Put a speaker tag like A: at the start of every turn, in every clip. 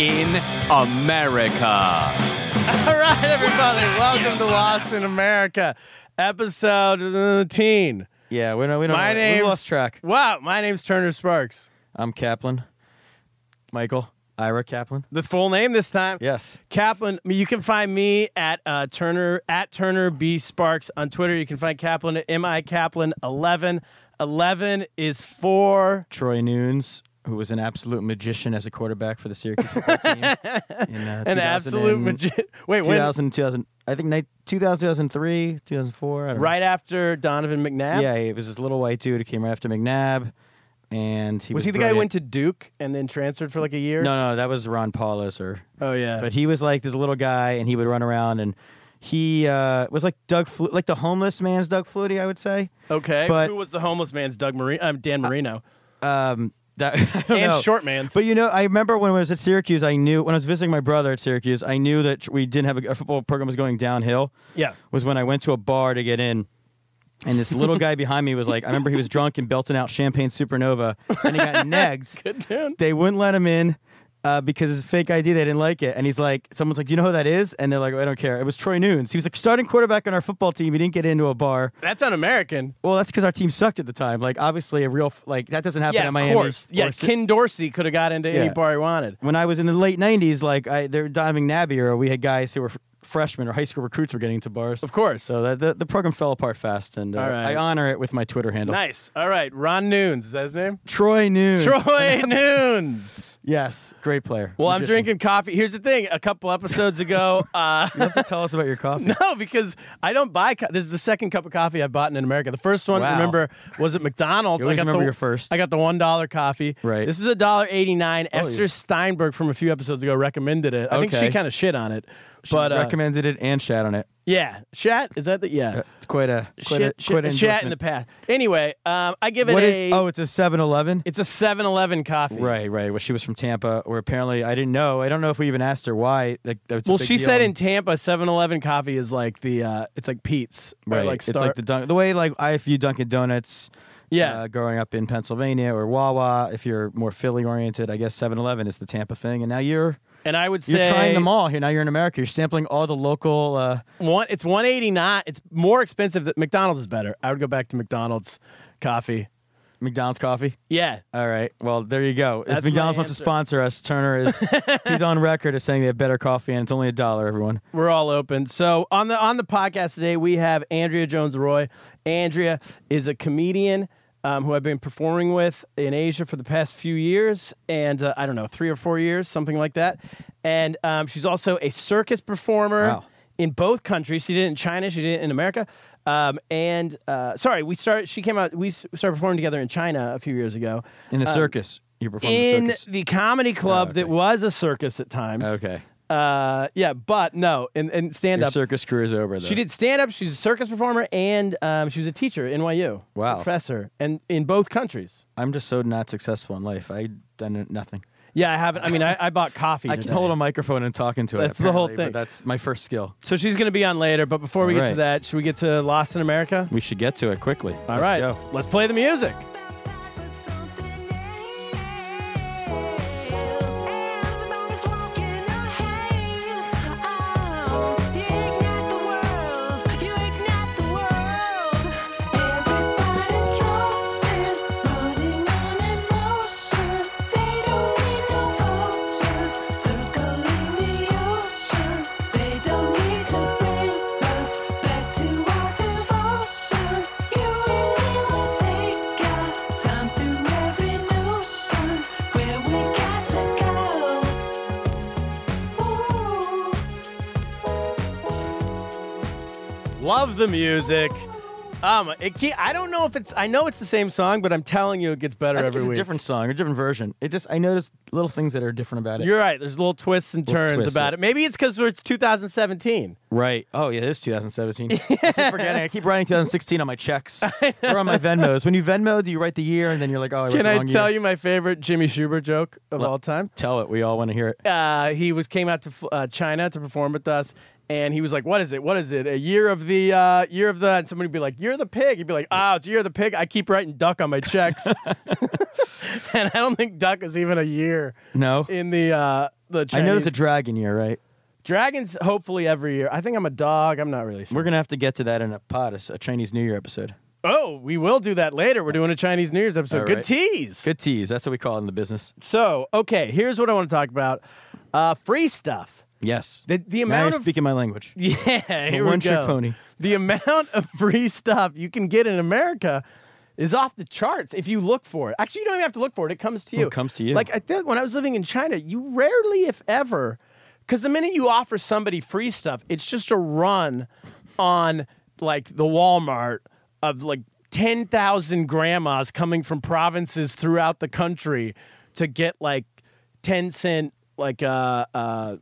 A: in America.
B: All right, everybody, welcome to Lost in America, episode 13.
C: Yeah, we know we don't.
B: My
C: know.
B: name's-
C: we lost track.
B: Wow, my name's Turner Sparks.
C: I'm Kaplan, Michael, Ira Kaplan.
B: The full name this time.
C: Yes,
B: Kaplan, I mean, you can find me at uh, Turner at Turner B Sparks on Twitter. You can find Kaplan at mi Kaplan eleven. Eleven is for
C: Troy Noons, who was an absolute magician as a quarterback for the Syracuse football team. in, uh,
B: an
C: 2000
B: absolute
C: and-
B: magician. Wait, when?
C: 2000, 2000, I think ni- 2000, 2003, 2004. I don't know.
B: Right after Donovan McNabb.
C: Yeah, it was this little white dude who came right after McNabb, and he was,
B: Was he the guy who went
C: brilliant.
B: to Duke and then transferred for like a year?
C: No, no, that was Ron Paulus or
B: Oh yeah.
C: But he was like this little guy, and he would run around, and he uh, was like Doug, Flu- like the homeless man's Doug Flutie, I would say.
B: okay.
C: but-
B: Who was the homeless man's Doug Marino? Um, Dan Marino
C: Um, that I don't
B: and
C: know.
B: short man's.
C: But you know, I remember when I was at Syracuse, I knew when I was visiting my brother at Syracuse, I knew that we didn't have a, our football program was going downhill.
B: yeah.
C: Was when I went to a bar to get in. And this little guy behind me was like, I remember he was drunk and belting out Champagne Supernova, and he got negged.
B: Good dude.
C: they wouldn't let him in uh, because his fake ID, they didn't like it. And he's like, someone's like, do you know who that is? And they're like, I don't care. It was Troy Noons. He was the starting quarterback on our football team. He didn't get into a bar.
B: That's un-American.
C: Well, that's because our team sucked at the time. Like, obviously, a real, f- like, that doesn't happen
B: Yeah,
C: in
B: of
C: Miami.
B: course. Yeah,
C: or si-
B: Ken Dorsey could have got into any
C: Yeah.
B: bar he wanted.
C: when I was in the late 90s, like, I, they were diving Nabby or we had guys who were f- freshmen or high school recruits were getting into bars.
B: Of course.
C: So that, the, the program fell apart fast. And uh,
B: All right.
C: I honor it with my Twitter handle.
B: Nice. All right. Ron Noons. Is that his name?
C: Troy Noons.
B: Troy Noons.
C: Yes. Great player.
B: Well, I'm
C: Magician.
B: drinking coffee. Here's the thing. A couple episodes ago, uh,
C: You have to tell us about your coffee.
B: no, because I don't buy. Co- this is the second cup of coffee I've bought in America. The first one,
C: Wow.
B: remember, was at McDonald's.
C: You always
B: I got
C: remember
B: the,
C: your first.
B: I got the one dollar coffee.
C: Right.
B: This is a dollar eighty nine. Esther
C: yeah.
B: Steinberg from a few episodes ago recommended it. I think she
C: Okay.
B: kind of shit on it, but uh,
C: recommended it and shat on it.
B: yeah, chat is that the yeah.
C: It's quite a quite
B: Shit,
C: a,
B: shit,
C: quite an
B: chat in the
C: endorsement.
B: past. Anyway, um, I give it
C: What
B: a.
C: is- oh, it's a 7-Eleven.
B: It's a 7-Eleven coffee.
C: Right, right. Well, she was from Tampa, where apparently I didn't know. I don't know if we even asked her why. Like, that's a
B: Well,
C: big
B: she
C: deal.
B: said in Tampa, 7-Eleven coffee is like the uh, it's like Pete's or
C: right,
B: like
C: it's
B: Star.
C: like the dunk, the way like I if you Dunkin' Donuts.
B: Yeah.
C: uh, growing up in Pennsylvania or Wawa, if you're more Philly oriented, I guess 7-Eleven is the Tampa thing. And now you're
B: and I would say
C: you're trying them all here. Now you're in America. You're sampling all the local. Uh,
B: One, it's 189. It's more expensive. That McDonald's is better. I would go back to McDonald's coffee.
C: McDonald's coffee.
B: Yeah.
C: All right. Well, there you go.
B: That's
C: if McDonald's
B: my
C: wants to
B: answer.
C: sponsor us, Turner is he's on record as saying they have better coffee and it's only a dollar, everyone.
B: We're all open. So on the on the podcast today, we have Andrea Jones Roy. Andrea is a comedian um, who I've been performing with in Asia for the past few years, and uh, I don't know, three or four years, something like that. And um, she's also a circus performer
C: Wow.
B: in both countries. She did it in China. She did it in America. Um, and uh, sorry, we started. She came out. We s- started performing together in China a few years ago.
C: In the circus. You perform
B: Um, in
C: the circus.
B: the comedy club
C: Oh,
B: that
C: okay.
B: was a circus at times.
C: Okay.
B: Uh, yeah, but no, and, and stand
C: Your
B: up.
C: circus career is over though.
B: She did stand up. She's a circus performer, and um, she was a teacher at NYU.
C: Wow.
B: professor, and in both countries.
C: I'm just so not successful in life. I done nothing.
B: Yeah, I haven't. I mean, I, I bought coffee.
C: I can hold a microphone and talk into it.
B: That's the whole
C: apparently,
B: thing.
C: but That's my first skill.
B: So she's going to be on later. But before we get to
C: Alright.
B: that, should we get to Lost in America?
C: We should get to it quickly.
B: All right,
C: Let's go.
B: let's play the music.
D: Oh,
E: Time through every notion where we got to go.
B: Love the music. Um, it ke I don't know if it's. I know it's the same song, but I'm telling you, it gets better
C: I think
B: every
C: it's a
B: week.
C: different song, a different version. It just I noticed little things that are different about it.
B: You're right. There's little twists and
C: Little
B: turns
C: twists,
B: about
C: yeah.
B: it. Maybe it's because it's 2017.
C: right. Oh yeah, this is 2017. I keep forgetting. I keep writing 2016 on my checks or on my Venmos. When you Venmo, do you write the year and then you're like, oh, I wrote
B: Can
C: the
B: I
C: wrong
B: tell
C: year.
B: you my favorite Jimmy Schubert joke of
C: Le-
B: all time?
C: Tell it. We all want to hear it.
B: uh, he was came out to uh, China to perform with us, and he was like, "What is it? What is it? A year of the uh, year of the?" And somebody would be like, "Year of the pig." He'd be like, "Oh, it's year of the pig. I keep writing duck on my checks, and I don't think duck is even a year
C: No.
B: in the uh, the
C: I
B: Chinese.
C: know there's a dragon year, right?
B: dragons. Hopefully every year. I think I'm a dog. I'm not really. Sure.
C: We're gonna have to get to that in a POTUS, a Chinese New Year episode.
B: Oh, we will do that later. We're doing a Chinese New Year's episode.
C: All
B: Good
C: right.
B: tease.
C: Good tease. That's what we call it in the business.
B: So okay, here's what I want to talk about: uh, free stuff.
C: Yes.
B: The the
C: now
B: amount
C: you're
B: of
C: speaking my language.
B: Yeah, here we
C: one-trick
B: go.
C: pony.
B: The amount of free stuff you can get in America is off the charts if you look for it. Actually, you don't even have to look for it; it comes to you.
C: It comes to you.
B: Like I did when I was living in China, you rarely, if ever, because the minute you offer somebody free stuff, it's just a run on like the Walmart of like ten thousand grandmas coming from provinces throughout the country to get like ten cent like uh uh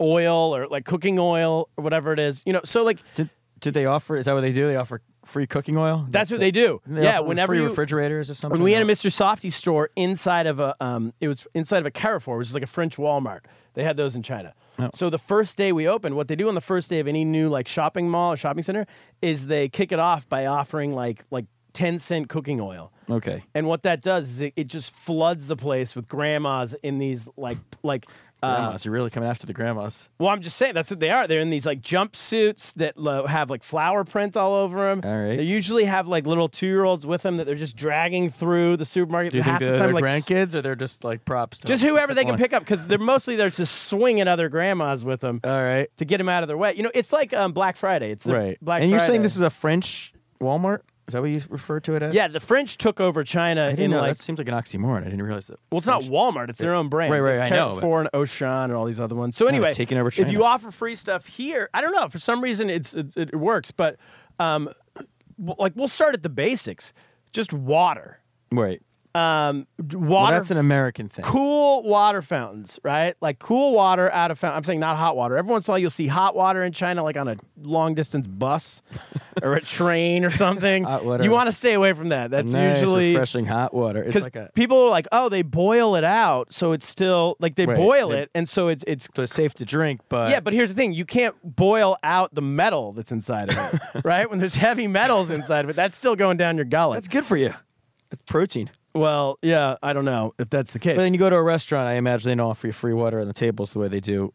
B: oil or like cooking oil or whatever it is. You know, so like
C: Did, did they offer? Is that what they do? They offer free cooking oil.
B: that's what they do. yeah, whenever
C: free
B: you,
C: refrigerators or something.
B: when we had
C: or-
B: a Mr. Softy store inside of a, um, it was inside of a Carrefour, which is like a French Walmart. They had those in China. So the first day we opened, what they do on the first day of any new like shopping mall or shopping center is they kick it off by offering like like ten cent cooking oil.
C: Okay.
B: And what that does is it, it just floods the place with grandmas in these like like uh,
C: Grandmas, you're really coming after the grandmas.
B: well, I'm just saying that's what they are. They're in these like jumpsuits that lo- have like flower prints all over them.
C: All right.
B: They usually have like little two year olds with them that they're just dragging through the supermarket.
C: Do you
B: half
C: think
B: the
C: they're
B: time,
C: their
B: like s-
C: grandkids or they're just like props? To
B: just
C: them?
B: whoever they
C: Come
B: can
C: on.
B: pick up because they're mostly they're just swinging other grandmas with them
C: All right.
B: to get them out of their way. You know, it's like um, Black Friday. It's the
C: Right.
B: Black
C: and you're
B: Friday.
C: saying this is a French Walmart? Is that what you refer to it as?
B: yeah. The French took over China
C: I didn't
B: in
C: know.
B: like
C: that seems like an oxymoron. I didn't realize that.
B: Well, it's not Walmart; it's their own brand.
C: Right, right,
B: It's
C: I know, but-
B: Carrefour and Auchan and all these other ones. So
C: they've
B: anyway,
C: taken over
B: if
C: China.
B: you offer free stuff here, I don't know. For some reason, it's, it's it works. But um, w- like we'll start at the basics: just water,
C: Right.
B: um, d-
C: Well,
B: water.
C: that's an American thing.
B: cool water fountains, right? Like cool water out of fountain. I'm saying not hot water. Every once in a while, you'll see hot water in China, like on a long distance bus or a train or something.
C: Hot water.
B: You want to stay away from that. That's
C: nice,
B: usually
C: refreshing hot water. It's
B: because
C: like a
B: people are like, oh, they boil it out, so it's still like they
C: Right,
B: boil
C: they-
B: it, and so it's it's
C: so it's safe to drink, but
B: yeah. But here's the thing: you can't boil out the metal that's inside of it, right? When there's heavy metals inside of it, that's still going down your gullet.
C: that's good for you. It's protein.
B: well, yeah, I don't know if that's the case.
C: But then you go to a restaurant, I imagine they don't offer you free water on the tables the way they do.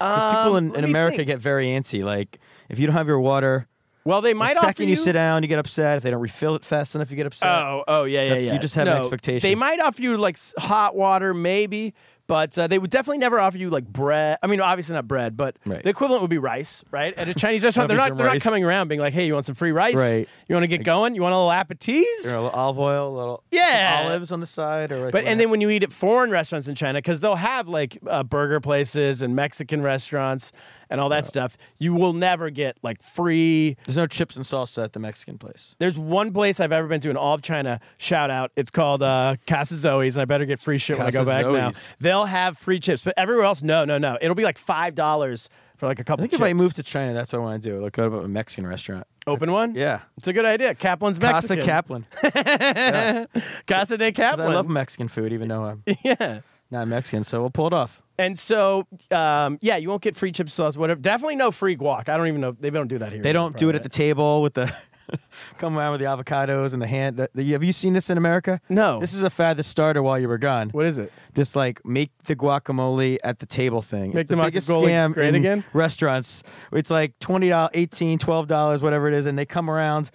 C: 'Cause people in,
B: Um, let
C: in
B: me
C: America
B: think.
C: get very antsy. Like if you don't have your water,
B: well, they might
C: the
B: offer
C: second you sit down, you get upset. If they don't refill it fast enough, you get upset.
B: Oh, oh, yeah, yeah,
C: That's-
B: yeah.
C: you just have an
B: No,
C: expectation.
B: They might offer you like s- hot water, maybe, but uh, they would definitely never offer you like bread. I mean, obviously not bread, but
C: Right.
B: the equivalent would be rice, right? At a Chinese restaurant, they're
C: Offer
B: not
C: you some
B: they're not
C: rice.
B: coming around being like, "Hey, you want some free rice?
C: Right.
B: You want to get going? You want a little
C: You
B: appetiz?"
C: know, a little olive oil, a little
B: Yeah.
C: olives on the side, or like
B: But and then when you eat at foreign restaurants in China, because they'll have like uh, burger places and Mexican restaurants and all that stuff, you will never get like free
C: there's no chips and salsa at the Mexican place.
B: There's one place I've ever been to in all of China. Shout out! It's called uh, Casa Zoe's, and I better get free shit when I go
C: Casa
B: back
C: Zoe's.
B: now. They'll have free chips, but everywhere else, no, no, no. It'll be like five dollars for like a
C: I
B: couple.
C: think
B: chips.
C: if I move to China, that's what I want to do. Like go to a Mexican restaurant.
B: open
C: That's-
B: one,
C: Yeah.
B: it's a good idea. Kaplan's
C: Casa
B: Mexican.
C: Kaplan. 'Cause
B: Casa de
C: I
B: Kaplan.
C: love Mexican food, even though I'm
B: yeah.
C: Not Mexican, so we'll pull it off.
B: And so, um, yeah, you won't get free chip sauce, whatever. Definitely no free guac. I don't even know. They don't do that here.
C: They don't do it at the table with the come around with the avocados and the hand. The, the- have you seen this in America?
B: No.
C: This is a fad that started while you were gone.
B: What is it?
C: This like make the guacamole at the table thing.
B: Make
C: It's the,
B: the
C: biggest
B: guacamole
C: scam
B: great
C: in
B: again?
C: restaurants. It's like twenty dollars, eighteen, twelve dollars, whatever it is, and they come around,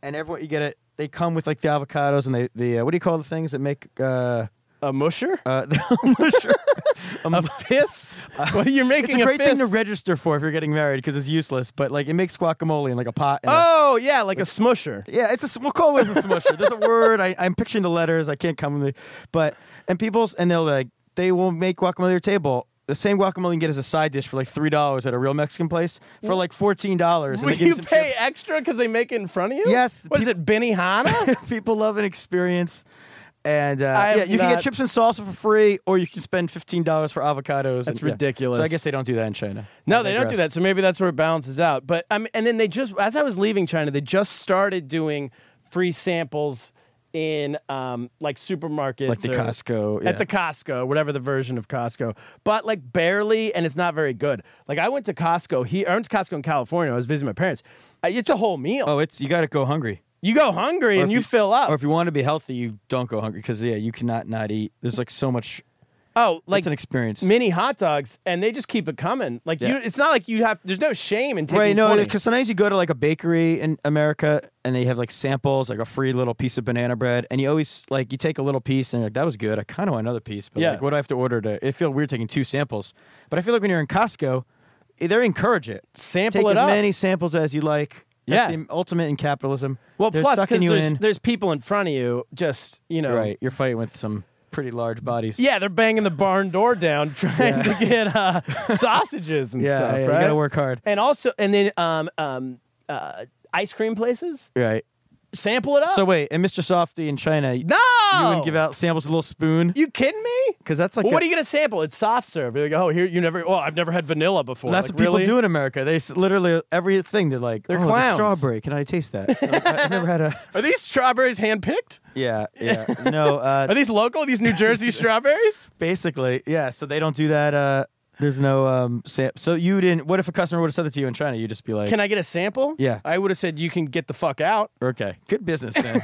C: and everyone you get it. They come with like the avocados and they the uh, what do you call the things that make uh
B: A musher?
C: uh the musher.
B: a fist? what are you
C: uh, It's
B: making?
C: a great
B: fist?
C: thing to register for if you're getting married because it's useless, but like it makes guacamole in like a pot. And a-
B: Oh yeah, like a smusher.
C: Yeah, it's a s- we'll call it a smusher. There's a word I, I'm picturing the letters. I can't come with it, but and people's and they'll like they will make guacamole at your table. The same guacamole you can get as a side dish for like three dollars at a real Mexican place for like fourteen dollars.
B: Mm. Will you pay extra because they make it in front of you?
C: Yes,
B: What is
C: peop-
B: it, Benihana?
C: People love an experience, and uh,
B: I am
C: yeah, you can
B: not-
C: get chips and salsa for free, or you can spend fifteen dollars for avocados.
B: That's
C: and- yeah.
B: ridiculous.
C: So I guess they don't do that in China.
B: No,
C: I
B: they don't do that.
C: digress.
B: So maybe that's where it balances out. But I mean, and then they just, as I was leaving China, they just started doing free samples in um, like supermarkets,
C: Like the
B: or-
C: Costco, yeah.
B: at the Costco, whatever the version of Costco, but like barely, and it's not very good. Like I went to Costco. He owns Costco in California. I was visiting my parents. Uh, It's a whole meal.
C: Oh, it's you got to go hungry.
B: you go hungry
C: Or
B: and
C: if
B: you, fill up.
C: Or if you want to be healthy, you don't go hungry because yeah, you cannot not eat. There's like so much.
B: oh, like
C: it's an experience.
B: Mini hot dogs, and they just keep it coming. Like
C: Yeah.
B: you, it's not like you have. There's no shame in taking.
C: Right, no,
B: 20.
C: because sometimes you go to like a bakery in America and they have like samples, like a free little piece of banana bread, and you always like you take a little piece and you're like that was good. I kind of want another piece, but
B: Yeah.
C: like what do I have to order to? It feel weird taking two samples, but I feel like when you're in Costco, eh, they encourage it.
B: Sample
C: take
B: it
C: as
B: up.
C: many samples as you like. That's
B: Yeah.
C: the ultimate in capitalism.
B: Well,
C: They're
B: plus because
C: sucking you
B: there's,
C: in.
B: there's people in front of you, just you know.
C: right, you're fighting with some pretty large bodies.
B: Yeah, they're banging the barn door down trying to get uh, sausages and
C: Yeah,
B: stuff.
C: yeah, you
B: right?
C: gotta work hard.
B: And also, and then um, um, uh, ice cream places
C: right.
B: sample it up.
C: So wait, and Mr. Softy in China,
B: no,
C: you wouldn't give out samples with a little spoon
B: You kidding me?
C: because that's like
B: Well,
C: a-
B: what are you gonna sample? It's soft serve. You're like, oh, here you never. Oh, I've never had vanilla before.
C: That's
B: Like,
C: what people
B: really?
C: do in America. They s- literally everything. They're like,
B: They're
C: "Oh, the
B: clowns."
C: strawberry. Can I taste that? Like, I- I've never had a.
B: Are these strawberries hand picked?
C: Yeah, yeah. No, uh,
B: Are these local? These New Jersey strawberries?
C: basically, yeah. So they don't do that. Uh, there's no um. Sam- so you didn't. What if a customer would have said that to you in China? You'd just be like,
B: Can I get a sample?
C: Yeah.
B: I would have said you can get the fuck out.
C: Okay, good business then.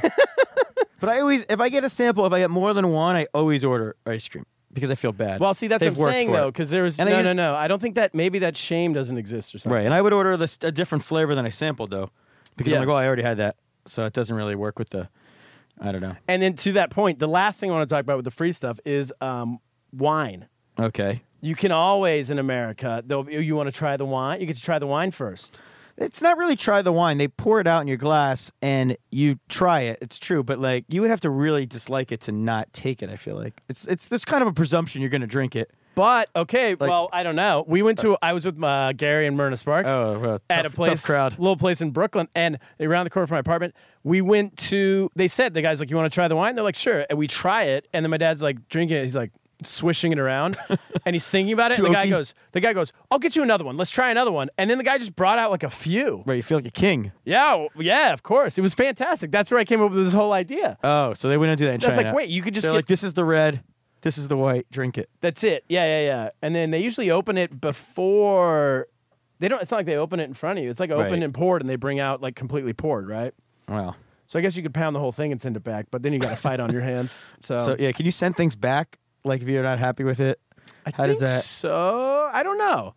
C: but I always, if I get a sample, if I get more than one, I always order ice cream because I feel bad.
B: Well, see, that's
C: They've
B: what I'm
C: worked
B: saying
C: for it.
B: though, because there was
C: And I
B: no, no,
C: usu-
B: no. I don't think that maybe that shame doesn't exist or something.
C: Right, and I would order this a different flavor than I sampled though, because
B: Yeah.
C: I'm like, oh, I already had that, so it doesn't really work with the. I don't know.
B: And then to that point, the last thing I want to talk about with the free stuff is um, wine.
C: Okay.
B: You can always in America, though, you want to try the wine. You get to try the wine first.
C: It's not really try the wine. They pour it out in your glass and you try it. It's true, but like you would have to really dislike it to not take it. I feel like it's it's this kind of a presumption you're going to drink it.
B: But okay, well, I don't know. We went to I was with uh, Gary and Myrna Sparks
C: Oh, well,
B: at
C: tough-
B: a
C: tough
B: place,
C: crowd.
B: little place in Brooklyn, and around the corner from my apartment, we went to. They said the guys like, "You want to try the wine?" They're like, "Sure," and we try it, and then my dad's like drinking it. He's like swishing it around, and he's thinking about it.
C: Too
B: and the guy
C: oaky?
B: goes, "The guy goes, I'll get you another one. Let's try another one." And then the guy just brought out like a few.
C: Right, you feel like a king.
B: Yeah, w- yeah, of course. It was fantastic. That's where I came up with this whole idea.
C: Oh, so they wouldn't do that in
B: That's like,
C: China.
B: wait, you could just
C: They're
B: get-
C: like this is the red, this is the white. Drink it.
B: That's it. Yeah, yeah, yeah. And then they usually open it before they don't. It's not like they open it in front of you. It's like open
C: Right.
B: and poured, and they bring out like completely poured, right?
C: Well,
B: So I guess you could pound the whole thing and send it back, but then you got a fight on your hands. So,
C: so yeah, can you send things back? Like if you're not happy with it,
B: I
C: how does
B: think
C: that?
B: So I don't know.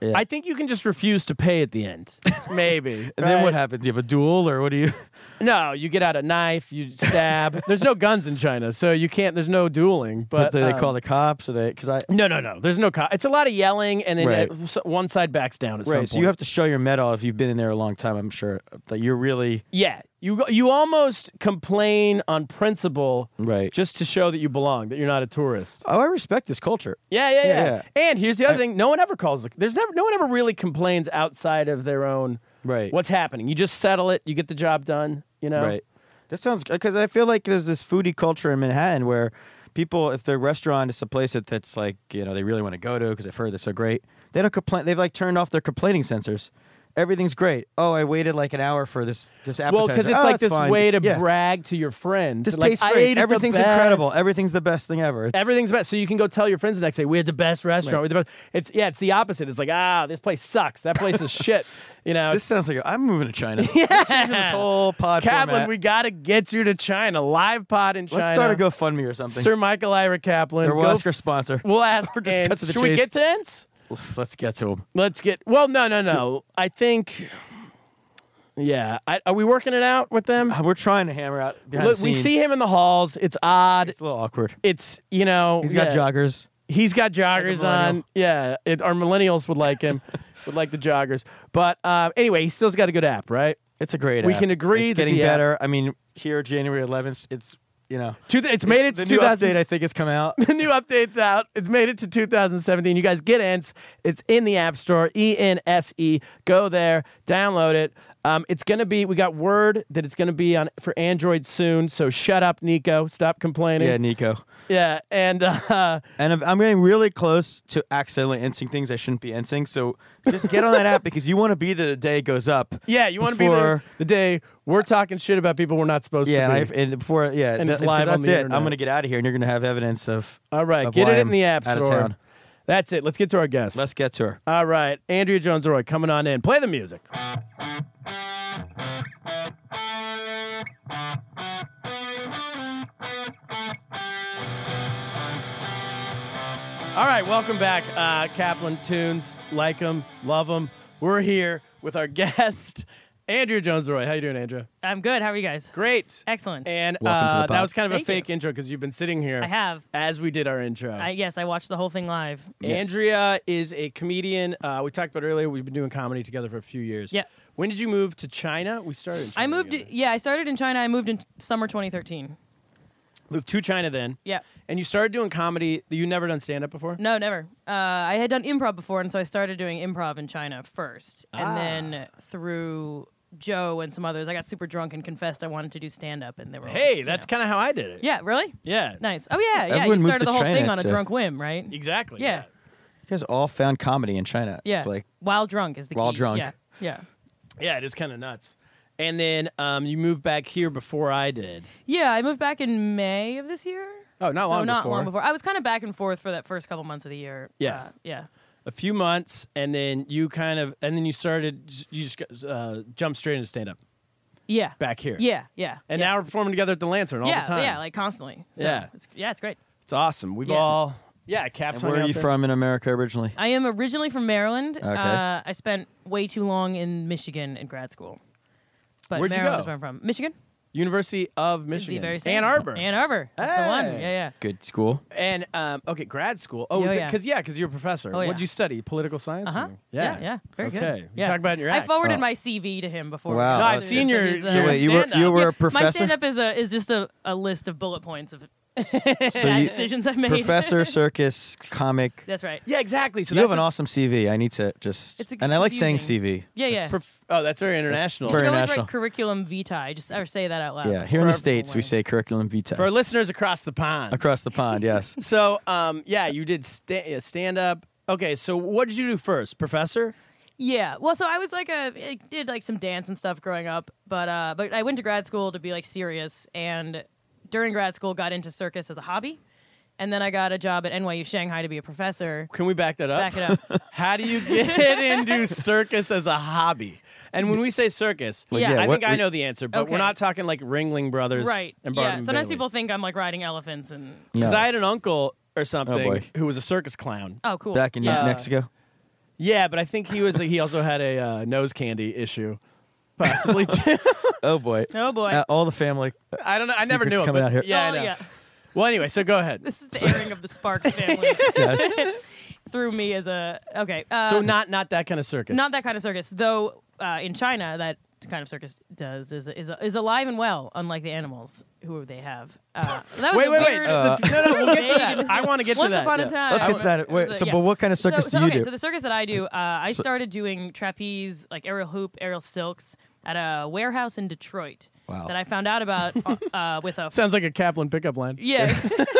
C: Yeah.
B: I think you can just refuse to pay at the end. Maybe.
C: And then what
B: right?
C: happens? Do you have a duel or what do you?
B: No, you get out a knife, you stab. there's no guns in China, so you can't. There's no dueling. But
C: do they
B: um,
C: call the cops or they? Because I
B: No, no, no. There's no cop. It's a lot of yelling, and then
C: Right.
B: uh, so- one side backs down at some
C: right,
B: point.
C: so you have to show your medal if you've been in there a long time. I'm sure that you're really
B: yeah, you go- you almost complain on principle,
C: Right.
B: Just to show that you belong, that you're not a tourist.
C: Oh, I respect this culture.
B: Yeah, yeah, yeah.
C: Yeah, yeah.
B: And here's the other thing: no one ever calls. The, there's never no one ever really complains outside of their own.
C: Right.
B: What's happening? You just settle it. You get the job done. You know.
C: Right. That sounds because I feel like there's this foodie culture in Manhattan where people, if their restaurant is a place that, that's like you know they really want to go to because they've heard they're so great, they don't complain. They've like turned off their complaining sensors. everything's great. Oh, I waited like an hour for this this appetizer.
B: Well, because it's
C: Oh,
B: like
C: that's
B: this
C: fine.
B: way to
C: Just- yeah.
B: brag to your friends.
C: This
B: like,
C: tastes
B: I ate at
C: great.
B: the
C: Everything's
B: best.
C: incredible. Everything's the best thing ever. It's-
B: Everything's best. So you can go tell your friends the next day, we had the best restaurant. We had the best. It's yeah, it's the opposite. It's like, ah, this place sucks. That place is shit. You know,
C: This sounds like I'm moving to China. yeah. This whole pod
B: Kaplan,
C: format.
B: we gotta get you to China. Live pod in China.
C: Let's start a GoFundMe or something.
B: Sir Michael Ira Kaplan.
C: or we'll
B: Go-
C: ask our sponsor.
B: we'll ask.
C: Or just
B: Ents.
C: cut to the
B: Should we
C: chase.
B: get to Ents?
C: Let's get to him.
B: Let's get. Well, no, no, no. I think. Yeah, I, are we working it out with them?
C: Ah, We're trying to hammer out. behind
B: Look,
C: the
B: we
C: scenes.
B: see him in the halls. It's odd.
C: It's a little awkward.
B: It's you know
C: He's
B: yeah.
C: got joggers.
B: He's got joggers on.
C: millennial.
B: Yeah, it, our millennials would like him, would like the joggers. But uh, anyway, he still's got a good app, right?
C: It's a great.
B: We
C: app.
B: can agree
C: It's
B: that
C: getting
B: the app-
C: better. I mean, here January 11th, it's you know
B: Two, it's made it
C: the
B: to
C: new
B: 2000
C: update I think has come out.
B: the new update's out. It's made it to 2017. You guys get Ents. It's in the App Store. E N S E. Go there, download it. Um, it's gonna be. We got word that it's gonna be on for Android soon. So shut up, Nico. Stop complaining.
C: yeah, Nico.
B: Yeah, and uh,
C: And I'm- I'm getting really close to accidentally insing things I shouldn't be insing. So just get on that app because you want to be there the day it goes up.
B: yeah, you want to be there
C: Before-
B: the day we're talking shit about people we're not supposed
C: Yeah, and,
B: to.
C: I've,
B: be.
C: and before yeah,
B: And
C: th-
B: it's
C: because
B: live
C: that's
B: on the
C: it.
B: internet.
C: I'm gonna get out of here, and you're gonna have evidence of.
B: All right,
C: of
B: get
C: why
B: it in
C: I'm
B: the App
C: out
B: Store.
C: of town.
B: That's it. Let's get to our guest.
C: Let's get to her.
B: All right, Andrea Jones Roy coming on in. Play the music. All right, welcome back, uh, Kaplan Tunes. Like them, love them. We're here with our guest, Andrea Jones Roy. How you doing, Andrea?
F: I'm good. How are you guys?
B: Great.
F: Excellent.
B: And
C: Welcome to the
B: uh, that
C: pod.
B: was kind of a
F: Thank
B: fake intro because you've been sitting here
F: I have.
B: as we did our intro.
F: I yes, I watched the whole thing live.
C: Yes.
B: Andrea is a comedian. Uh, we talked about earlier. We've been doing comedy together for a few years.
F: Yeah.
B: When did you move to China? We started. In China
F: I moved.
B: together.
F: Yeah, I started in China. I moved in summer 2013.
B: moved to China then.
F: Yeah.
B: And you started doing comedy. You never done stand up before.
F: No, never. Uh, I had done improv before, and so I started doing improv in China first,
B: Ah.
F: and then through Joe and some others, I got super drunk and confessed I wanted to do stand up, and they were all,
B: Hey,
F: you
B: that's
F: know.
B: kind of how I did it.
F: yeah, really
B: Yeah.
F: nice. Oh yeah, yeah.
C: Everyone
F: you
C: moved
F: started
C: to
F: the whole
C: China
F: thing on a
C: to-
F: drunk whim, right?
B: Exactly.
F: Yeah,
C: You guys all found comedy in China.
F: yeah.
C: It's like
F: while drunk is the
C: While
F: key.
C: drunk.
F: Yeah, yeah.
B: Yeah. It is kind of nuts. And then um, you moved back here before I did.
F: Yeah, I moved back in May of this year.
B: Oh, not
F: so
B: long
F: not
B: before.
F: long before. I was kind of back and forth for that first couple months of the year.
B: Yeah.
F: Uh, yeah.
B: A few months, and then you kind of, and then you started. You just uh, jumped straight into stand up
F: Yeah.
B: back here.
F: Yeah, yeah.
B: And
F: yeah.
B: now we're performing together at the Lantern all
F: yeah,
B: the time.
F: yeah, like constantly. So
B: Yeah.
F: It's, yeah, it's great.
B: It's awesome. We've
F: Yeah.
B: all yeah. Caps.
C: And where
B: hung
C: are
B: out
C: you
B: there.
C: from in America originally?
F: I am originally from Maryland.
C: Okay.
F: Uh, I spent way too long in Michigan in grad school. But
B: Where'd you
F: Maryland
B: go?
F: is where I'm from. Michigan?
B: University of
F: It's the
B: Michigan,
F: very same.
B: Ann Arbor,
F: Ann Arbor. That's the one.
B: Hey.
F: Yeah, yeah.
C: Good school.
B: and um, okay, grad school. Oh, because
F: Yeah, yeah.
B: yeah, because yeah, 'cause you're a professor.
F: Oh,
B: What'd
F: yeah.
B: you study? Political science. or
F: Uh-huh.
B: something?
F: Yeah, yeah. Very good.
B: Okay. You
F: Yeah.
B: talk about it in your
F: I
B: act.
F: forwarded
C: Oh.
F: my CV to him before.
C: Wow.
B: No,
C: Oh,
B: I've
C: so
B: seen your.
F: your.
B: your
C: wait, you were-
B: stand-up.
C: you were- a
F: uh, My
C: professor?
F: stand up is a is just a, a list of bullet points of
C: So
F: bad
C: you,
F: decisions I made.
C: professor, circus, comic.
F: That's right.
B: Yeah, exactly. So
C: you have
B: that's
C: an
B: what's-
C: awesome CV. I need to just.
F: It's
C: and I like saying
F: confusing.
C: CV.
F: Yeah, yeah.
B: Prof- oh, that's very international.
F: I
C: Very
F: always
C: national.
F: write curriculum vitae. Just or say that out loud.
C: Yeah, here in the
B: For-
C: states we say curriculum vitae.
B: For our listeners across the pond.
C: Across the pond, yes.
B: So, um, yeah, you did sta- stand up. Okay, so what did you do first, professor?
F: Yeah. Well, so I was like a I did like some dance and stuff growing up, but uh, but I went to grad school to be like serious, and during grad school got into circus as a hobby, and then I got a job at NYU Shanghai to be a professor.
B: Can we back that up?
F: Back it up.
B: How do you get into circus as a hobby? And when we say circus,
F: Well, yeah,
B: I
C: what
B: think I
C: we-
B: know the answer, but
F: Okay.
B: we're not talking like Ringling Brothers,
F: right.
B: And Barnum
F: Yeah.
B: and
F: Sometimes
B: Bailey.
F: people think I'm like riding elephants and
B: because
C: No, Oh,
B: I had an uncle or something
C: boy.
B: who was a circus clown.
F: oh cool.
C: back in
F: yeah.
C: Mexico.
B: Yeah, but I think he was like, he also had a uh, nose candy issue, possibly too.
C: Oh boy.
F: Oh boy.
C: Uh, all the family.
B: I don't know. I never
C: Secrets
B: knew him.
C: coming
B: but-
C: out here.
B: Yeah,
F: Oh,
B: I know.
F: yeah.
B: Well, anyway, so go ahead.
F: This is the airing of the Sparks family
C: Yes.
F: through me as a okay. Uh,
B: So not not that kind of circus.
F: Not that kind of circus, though. Uh, in China, that kind of circus does is is is alive and well, unlike the animals who they have. Uh, that was
B: wait,
F: a
B: wait, wait.
F: weird,
C: Uh,
B: Let's- no, no, we'll get to
F: vague-
B: that. I want to get
F: Once
B: to that.
F: upon
B: yeah.
F: a time.
C: Let's get to that. Wait,
F: Uh,
C: so,
F: yeah.
C: but what kind of
F: So-
C: circus
F: so,
C: do you
F: okay,
C: do?
F: So the circus that I do, uh, I started doing trapeze, like aerial hoop, aerial silks. at a warehouse in Detroit
C: Wow.
F: that I found out about uh, uh, with a
B: Sounds like a Kaplan pickup line.
F: yeah.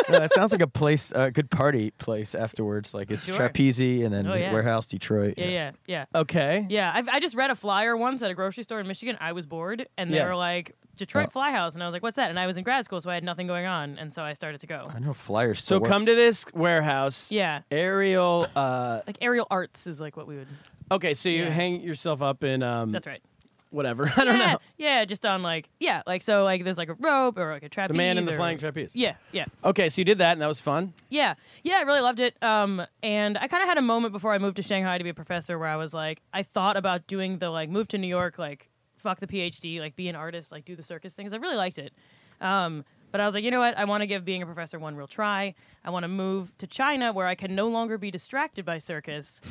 C: No, that sounds like a place, a good party place afterwards. Like it's
F: Sure.
C: Trapeze and then
F: Oh, yeah.
C: Warehouse Detroit.
F: yeah, yeah, yeah.
B: Okay.
F: Yeah, I've, I just read a flyer once at a grocery store in Michigan. I was bored, and they
B: Yeah. Oh.
F: were like Detroit Fly House, and I was like, "What's that?" And I was in grad school, so I had nothing going on, and so I started to go.
C: I know flyers.
B: So
C: still
B: come
C: work.
B: to this warehouse.
F: Yeah,
B: Aerial. Uh,
F: like aerial arts is like what we would.
B: okay, so you
F: Yeah.
B: hang yourself up in um,
F: That's right.
B: whatever. I don't
F: yeah,
B: know.
F: Yeah, just on like yeah, like so like there's like a rope or like a trapeze.
B: The man in the
F: or-
B: flying trapeze.
F: Yeah, yeah,
B: Okay, so you did that and that was fun.
F: yeah, yeah. I really loved it. Um, and I kind of had a moment before I moved to Shanghai to be a professor where I was like, I thought about doing the like move to New York, like fuck the PhD, like be an artist, like do the circus things. I really liked it. Um, but I was like, you know what? I want to give being a professor one real try. I want to move to China where I can no longer be distracted by circus.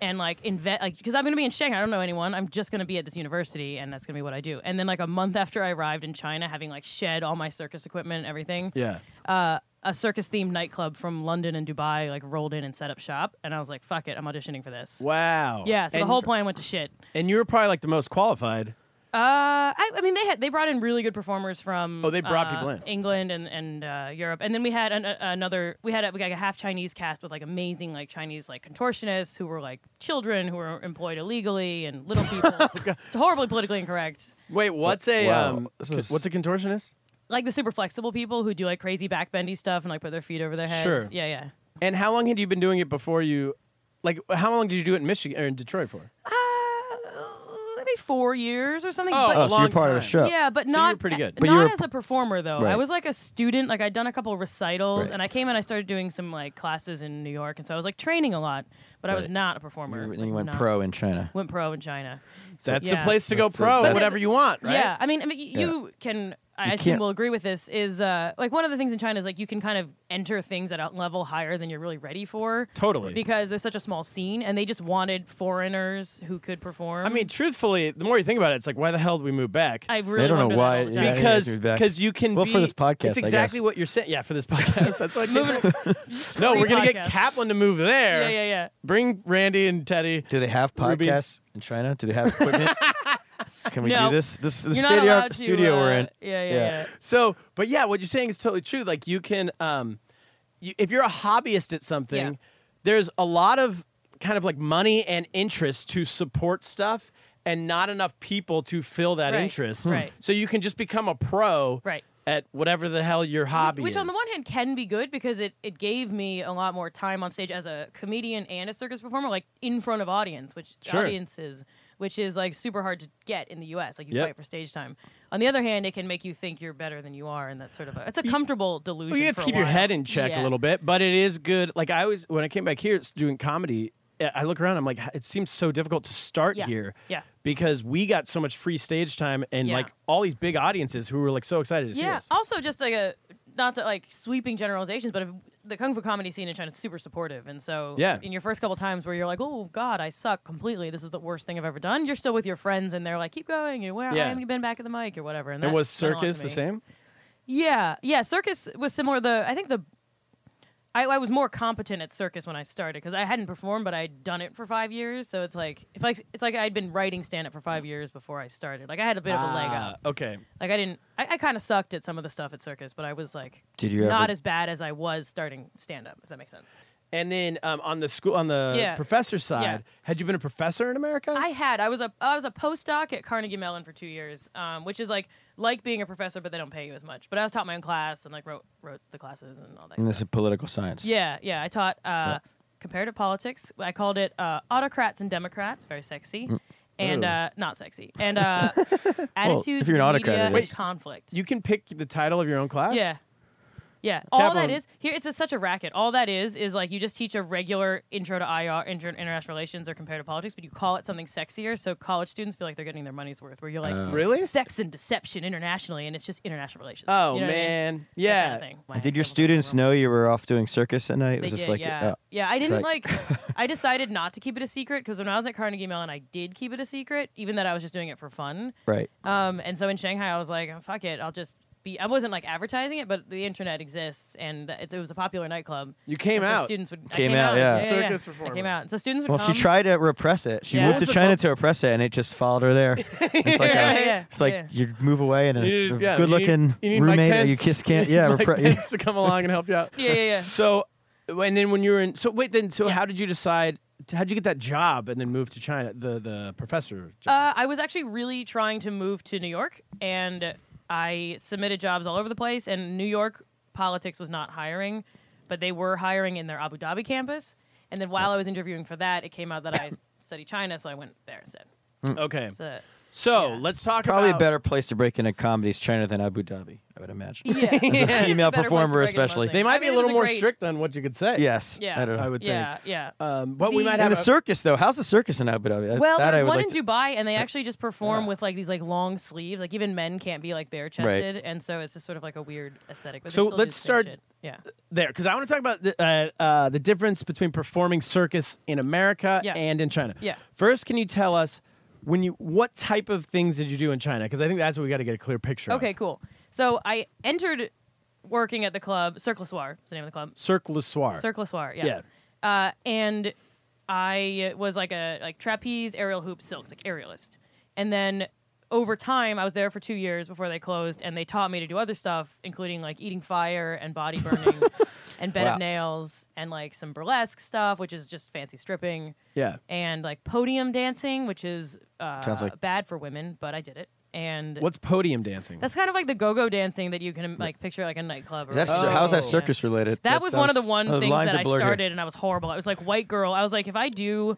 F: And like invent, like because I'm gonna be in Shanghai, I don't know anyone. I'm just gonna be at this university, and that's gonna be what I do. And then like a month after I arrived in China, having like shed all my circus equipment and everything,
B: Yeah.
F: uh, a circus themed nightclub from London and Dubai like rolled in and set up shop, and I was like, "Fuck it, I'm auditioning for this."
B: Wow.
F: Yeah, so
B: and,
F: the whole plan went to shit.
B: And you were probably like the most qualified.
F: Uh, I, I mean, they had they brought in really good performers from
B: Oh, they brought
F: uh,
B: people in.
F: England and and uh, Europe, and then we had an, a, another we had a, we got a half Chinese cast with like amazing like Chinese like contortionists who were like children who were employed illegally and little people.
B: Oh
F: it's horribly politically incorrect.
B: Wait, what's a
C: Wow,
B: um,
C: this is-
B: what's a contortionist?
F: Like the super flexible people who do like crazy backbendy stuff and like put their feet over their heads.
B: Sure.
F: Yeah, yeah.
B: And how long had you been doing it before you like how long did you do it in Michigan or in Detroit for?
F: Uh, maybe four years or something.
B: Oh,
F: but,
B: a
C: Oh, so you're
B: long
C: part of a
B: time.
C: show.
F: Yeah, but
B: So you
F: not
B: were pretty good.
F: uh,
C: But you
F: not
C: were-
F: as a performer though. I
C: Right.
F: was like a student. Like I'd done a couple recitals,
C: Right.
F: and I came in. I started doing some like classes in New York, and so I was like training a lot. But I was
C: Right.
F: not a performer.
C: You-
F: like,
C: Then you went
F: not-
C: pro in China.
F: Went pro in China.
B: That's the
F: yeah.
B: place to go
C: That's the-
B: pro,
C: that's-
B: whatever you want, right?
F: Yeah, I mean, I mean y-
C: Yeah.
F: you can. I
C: You
F: assume
C: can't-
F: will agree with this. Is uh, like one of the things in China is like you can kind of enter things at a level higher than you're really ready for.
B: Totally.
F: Because there's such a small scene, and they just wanted foreigners who could perform.
B: I mean, truthfully, the more you think about it, it's like why the hell did we move back?
F: I really
C: don't know
F: wonder that
C: why-
F: all the
C: yeah, I
F: time.
C: think
B: because
C: it's back.
B: because you can
C: Well, for
B: be-
C: this podcast,
B: it's
C: I
B: exactly
C: guess.
B: what you're saying yeah for this podcast that's what
F: Moving-
B: no we're gonna get
F: podcast.
B: kaplan to move there
F: Yeah, yeah, yeah.
B: bring randy and teddy
C: Do they have
B: Ruby.
C: podcasts in China? Do they have equipment? Can we
F: No.
C: do this? This the
F: You're not
C: studio
F: allowed to,
C: studio we're
F: uh,
C: in.
F: Yeah, yeah,
C: Yeah.
F: yeah.
B: so but yeah what you're saying is totally true like you can um you, if you're a hobbyist at something
F: Yeah.
B: there's a lot of kind of like money and interest to support stuff and not enough people to fill that
F: Right,
B: interest
F: right.
B: so you can just become a pro
F: Right.
B: at whatever the hell your hobby
F: Which,
B: is
F: on the one hand, can be good because it, it gave me a lot more time on stage as a comedian and a circus performer, like in front of audience, which
B: Sure.
F: audiences, which is like super hard to get in the U.S. Like you
B: Yep.
F: fight for stage time. On the other hand, it can make you think you're better than you are, and that's sort of a it's a comfortable delusion.
B: Well, you have
F: for
B: to
F: a
B: keep your
F: while.
B: head in check a
F: Yeah.
B: little bit, but it is good. Like I always, when I came back here it's doing comedy, I- I look around. I'm like, it seems so difficult to start
F: Yeah.
B: here.
F: Yeah.
B: Because we got so much free stage time and
F: Yeah.
B: like all these big audiences who were like so excited to see
F: Yeah. Oh,
B: us.
F: Also, just like a not to like sweeping generalizations, but if the kung fu comedy scene in China is super supportive, and so
B: Yeah.
F: in your first couple times where you're like, oh god, I suck completely. This is the worst thing I've ever done. You're still with your friends, and they're like, keep going. You where
B: Yeah.
F: haven't you been back at the mic or whatever? And,
B: And
F: that
B: was
F: meant a lot to
B: circus the
F: me.
B: same?
F: Yeah, yeah. Circus was similar. The I think the I, I was more competent at circus when I started because I hadn't performed, but I'd done it for five years. So it's like if like it's like I'd been writing stand up for five years before I started. Like I had a bit of a leg
B: Ah,
F: up.
B: Okay.
F: Like I didn't. I, I kind of sucked at some of the stuff at circus, but I was like,
C: Did you
F: not
C: ever-
F: as bad as I was starting stand up? If that makes sense.
B: And then um, on the school, on the
F: Yeah.
B: professor side, had you been a professor in America?
F: I had. I was a. I was a postdoc at Carnegie Mellon for two years, um, which is like like being a professor, but they don't pay you as much. But I was taught my own class and like wrote wrote the classes and all that.
C: And
F: stuff.
C: this is political science.
F: Yeah, yeah. I taught uh, comparative politics. I called it uh, autocrats and democrats. Very sexy.
C: Mm.
F: And
B: Ooh.
F: uh, not sexy. And uh, attitudes,
C: if Oh. you're an autocrat,
F: media,
C: it
F: and
C: is.
F: conflict.
B: you can pick the title of your own class.
F: Yeah. Yeah. All that
B: Kaplan-
F: is here. It's a, such a racket. All that is is like you just teach a regular intro to IR, intro to international relations, or comparative politics, but you call it something sexier, so college students feel like they're getting their money's worth. Where you're like,
B: Really?
F: sex and deception internationally, and it's just international relations.
B: Oh
F: You know what I mean?
B: man.
F: That
B: Yeah.
F: kind of thing.
C: And
F: Wow,
C: did your
F: that was a little
C: students
F: wrong.
C: know you were off doing circus at night? It was
F: They
C: just
F: did,
C: like
F: yeah.
C: oh.
F: yeah, I didn't
C: like-
F: like, I decided not to keep it a secret because when I was at Carnegie Mellon, I did keep it a secret, even that I was just doing it for fun.
C: right.
F: Um, and so in Shanghai, I was like, "Oh, fuck it, I'll just be. I wasn't like advertising it, but the internet exists, and it's, it was a popular nightclub.
B: You came
F: And so
B: out.
F: Students would I
C: Came out, yeah.
B: Circus
F: I
B: performer.
F: came out. So students would
C: Well,
F: come.
C: she tried to repress it. She
F: Yeah.
C: moved to China to repress it, and it just followed her there. It's like,
F: Yeah,
C: a-
F: yeah,
C: it's like
F: yeah.
C: you move away, and
B: You
C: a
B: need- yeah, you need-
C: good-looking
B: you need Mike
C: roommate that you
B: Pence.
C: kiss can't. Yeah,
B: Mike
C: repre-
B: Pence to come along and help you out.
F: Yeah, yeah, yeah.
B: So, and then when you were in, so wait, then so
F: Yeah.
B: how did you decide? How'd you get that job and then move to China? The the professor. Job?
F: Uh, I was actually really trying to move to New York, and I submitted jobs all over the place. And New York politics was not hiring, but they were hiring in their Abu Dhabi campus. And then while I was interviewing for that, it came out that I studied China, so I went there instead.
B: okay,
F: So,
B: so
F: yeah.
B: let's talk
C: Mm. Probably a
B: about
C: better place to break into comedy is China than Abu Dhabi, I would imagine.
F: yeah,
C: As a female performer,
F: better place to break into most
C: especially.
F: things.
B: They might
F: I mean,
B: be
F: it
B: a little
F: was
B: more
F: great-
B: strict on what you could say.
C: Yes.
F: Yeah,
C: I don't know.
B: I would
F: yeah,
B: think.
F: yeah.
B: Um, but we
F: The-
B: might
C: And
B: have
C: the
B: a-
C: circus, though. How's the circus in Abu Dhabi?
F: Well,
C: that I
F: there's
C: would
F: one
C: like
F: in
C: to-
F: Dubai, and they actually just perform with like these like long sleeves. Like even men can't be like bare chested, and so it's just sort of like a weird aesthetic. But they
B: So
F: still do
B: let's
F: sick
B: start-
F: shit. Yeah.
B: there because I want to talk about the, uh, uh, the difference between performing circus in America
F: Yeah.
B: and in China.
F: Yeah.
B: First, can you tell us when you what type of things did you do in China? Because I think that's what we got to get a clear picture.
F: Okay,
B: Of.
F: cool. So I entered working at the club, Circle Soir, is the name of the club.
B: Cirque du Soir.
F: Circle Soir, yeah. Uh, and I was like a like trapeze, aerial hoop, silks, like aerialist. And then over time, I was there for two years before they closed, and they taught me to do other stuff, including like eating fire and body burning, and bed
C: Wow.
F: of nails, and like some burlesque stuff, which is just fancy stripping,
B: Yeah.
F: and like podium dancing, which is uh,
C: Sounds like-
F: bad for women, but I did it. And
B: What's podium dancing?
F: that's kind of like the go-go dancing that you can like picture at, like a nightclub. Or
C: That's,
F: whatever.
C: How's
B: Oh.
C: that circus related?
F: That, was one of the
C: sounds- oh,
F: one
C: the
F: things
C: lines
F: that
C: are
F: I
C: blurred here.
F: started, and I was horrible. I was like white girl. I was like, if I do,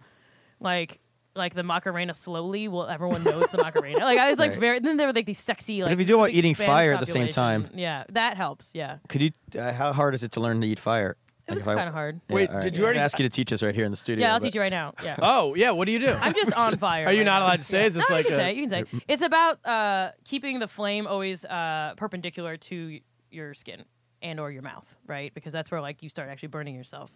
F: like. Like the Macarena slowly, well, everyone knows the Macarena. Like I was like
C: Right.
F: very. Then there were like these sexy. Like,
C: if you do it while
F: big
C: eating
F: Spanish
C: fire at the same
F: population.
C: time.
F: yeah, that helps. Yeah,
C: Could you? Uh, how hard is it to learn to eat fire?
F: it was
C: if I-
F: kind of hard.
C: Yeah,
B: Wait,
C: all right.
B: did you
C: I was
B: already-
C: gonna ask you to teach us right here in the studio?
F: Yeah, I'll
C: but-
F: teach you right now. Yeah,
B: oh yeah. What do you do?
F: I'm just on fire.
B: Are you
F: right
B: not
F: now.
B: allowed to say? Is this
F: no,
B: like
F: you can
B: a-
F: say. You can
C: Mm-hmm.
F: say. It's about uh, keeping the flame always uh, perpendicular to y- your skin and or your mouth, right? Because that's where like you start actually burning yourself.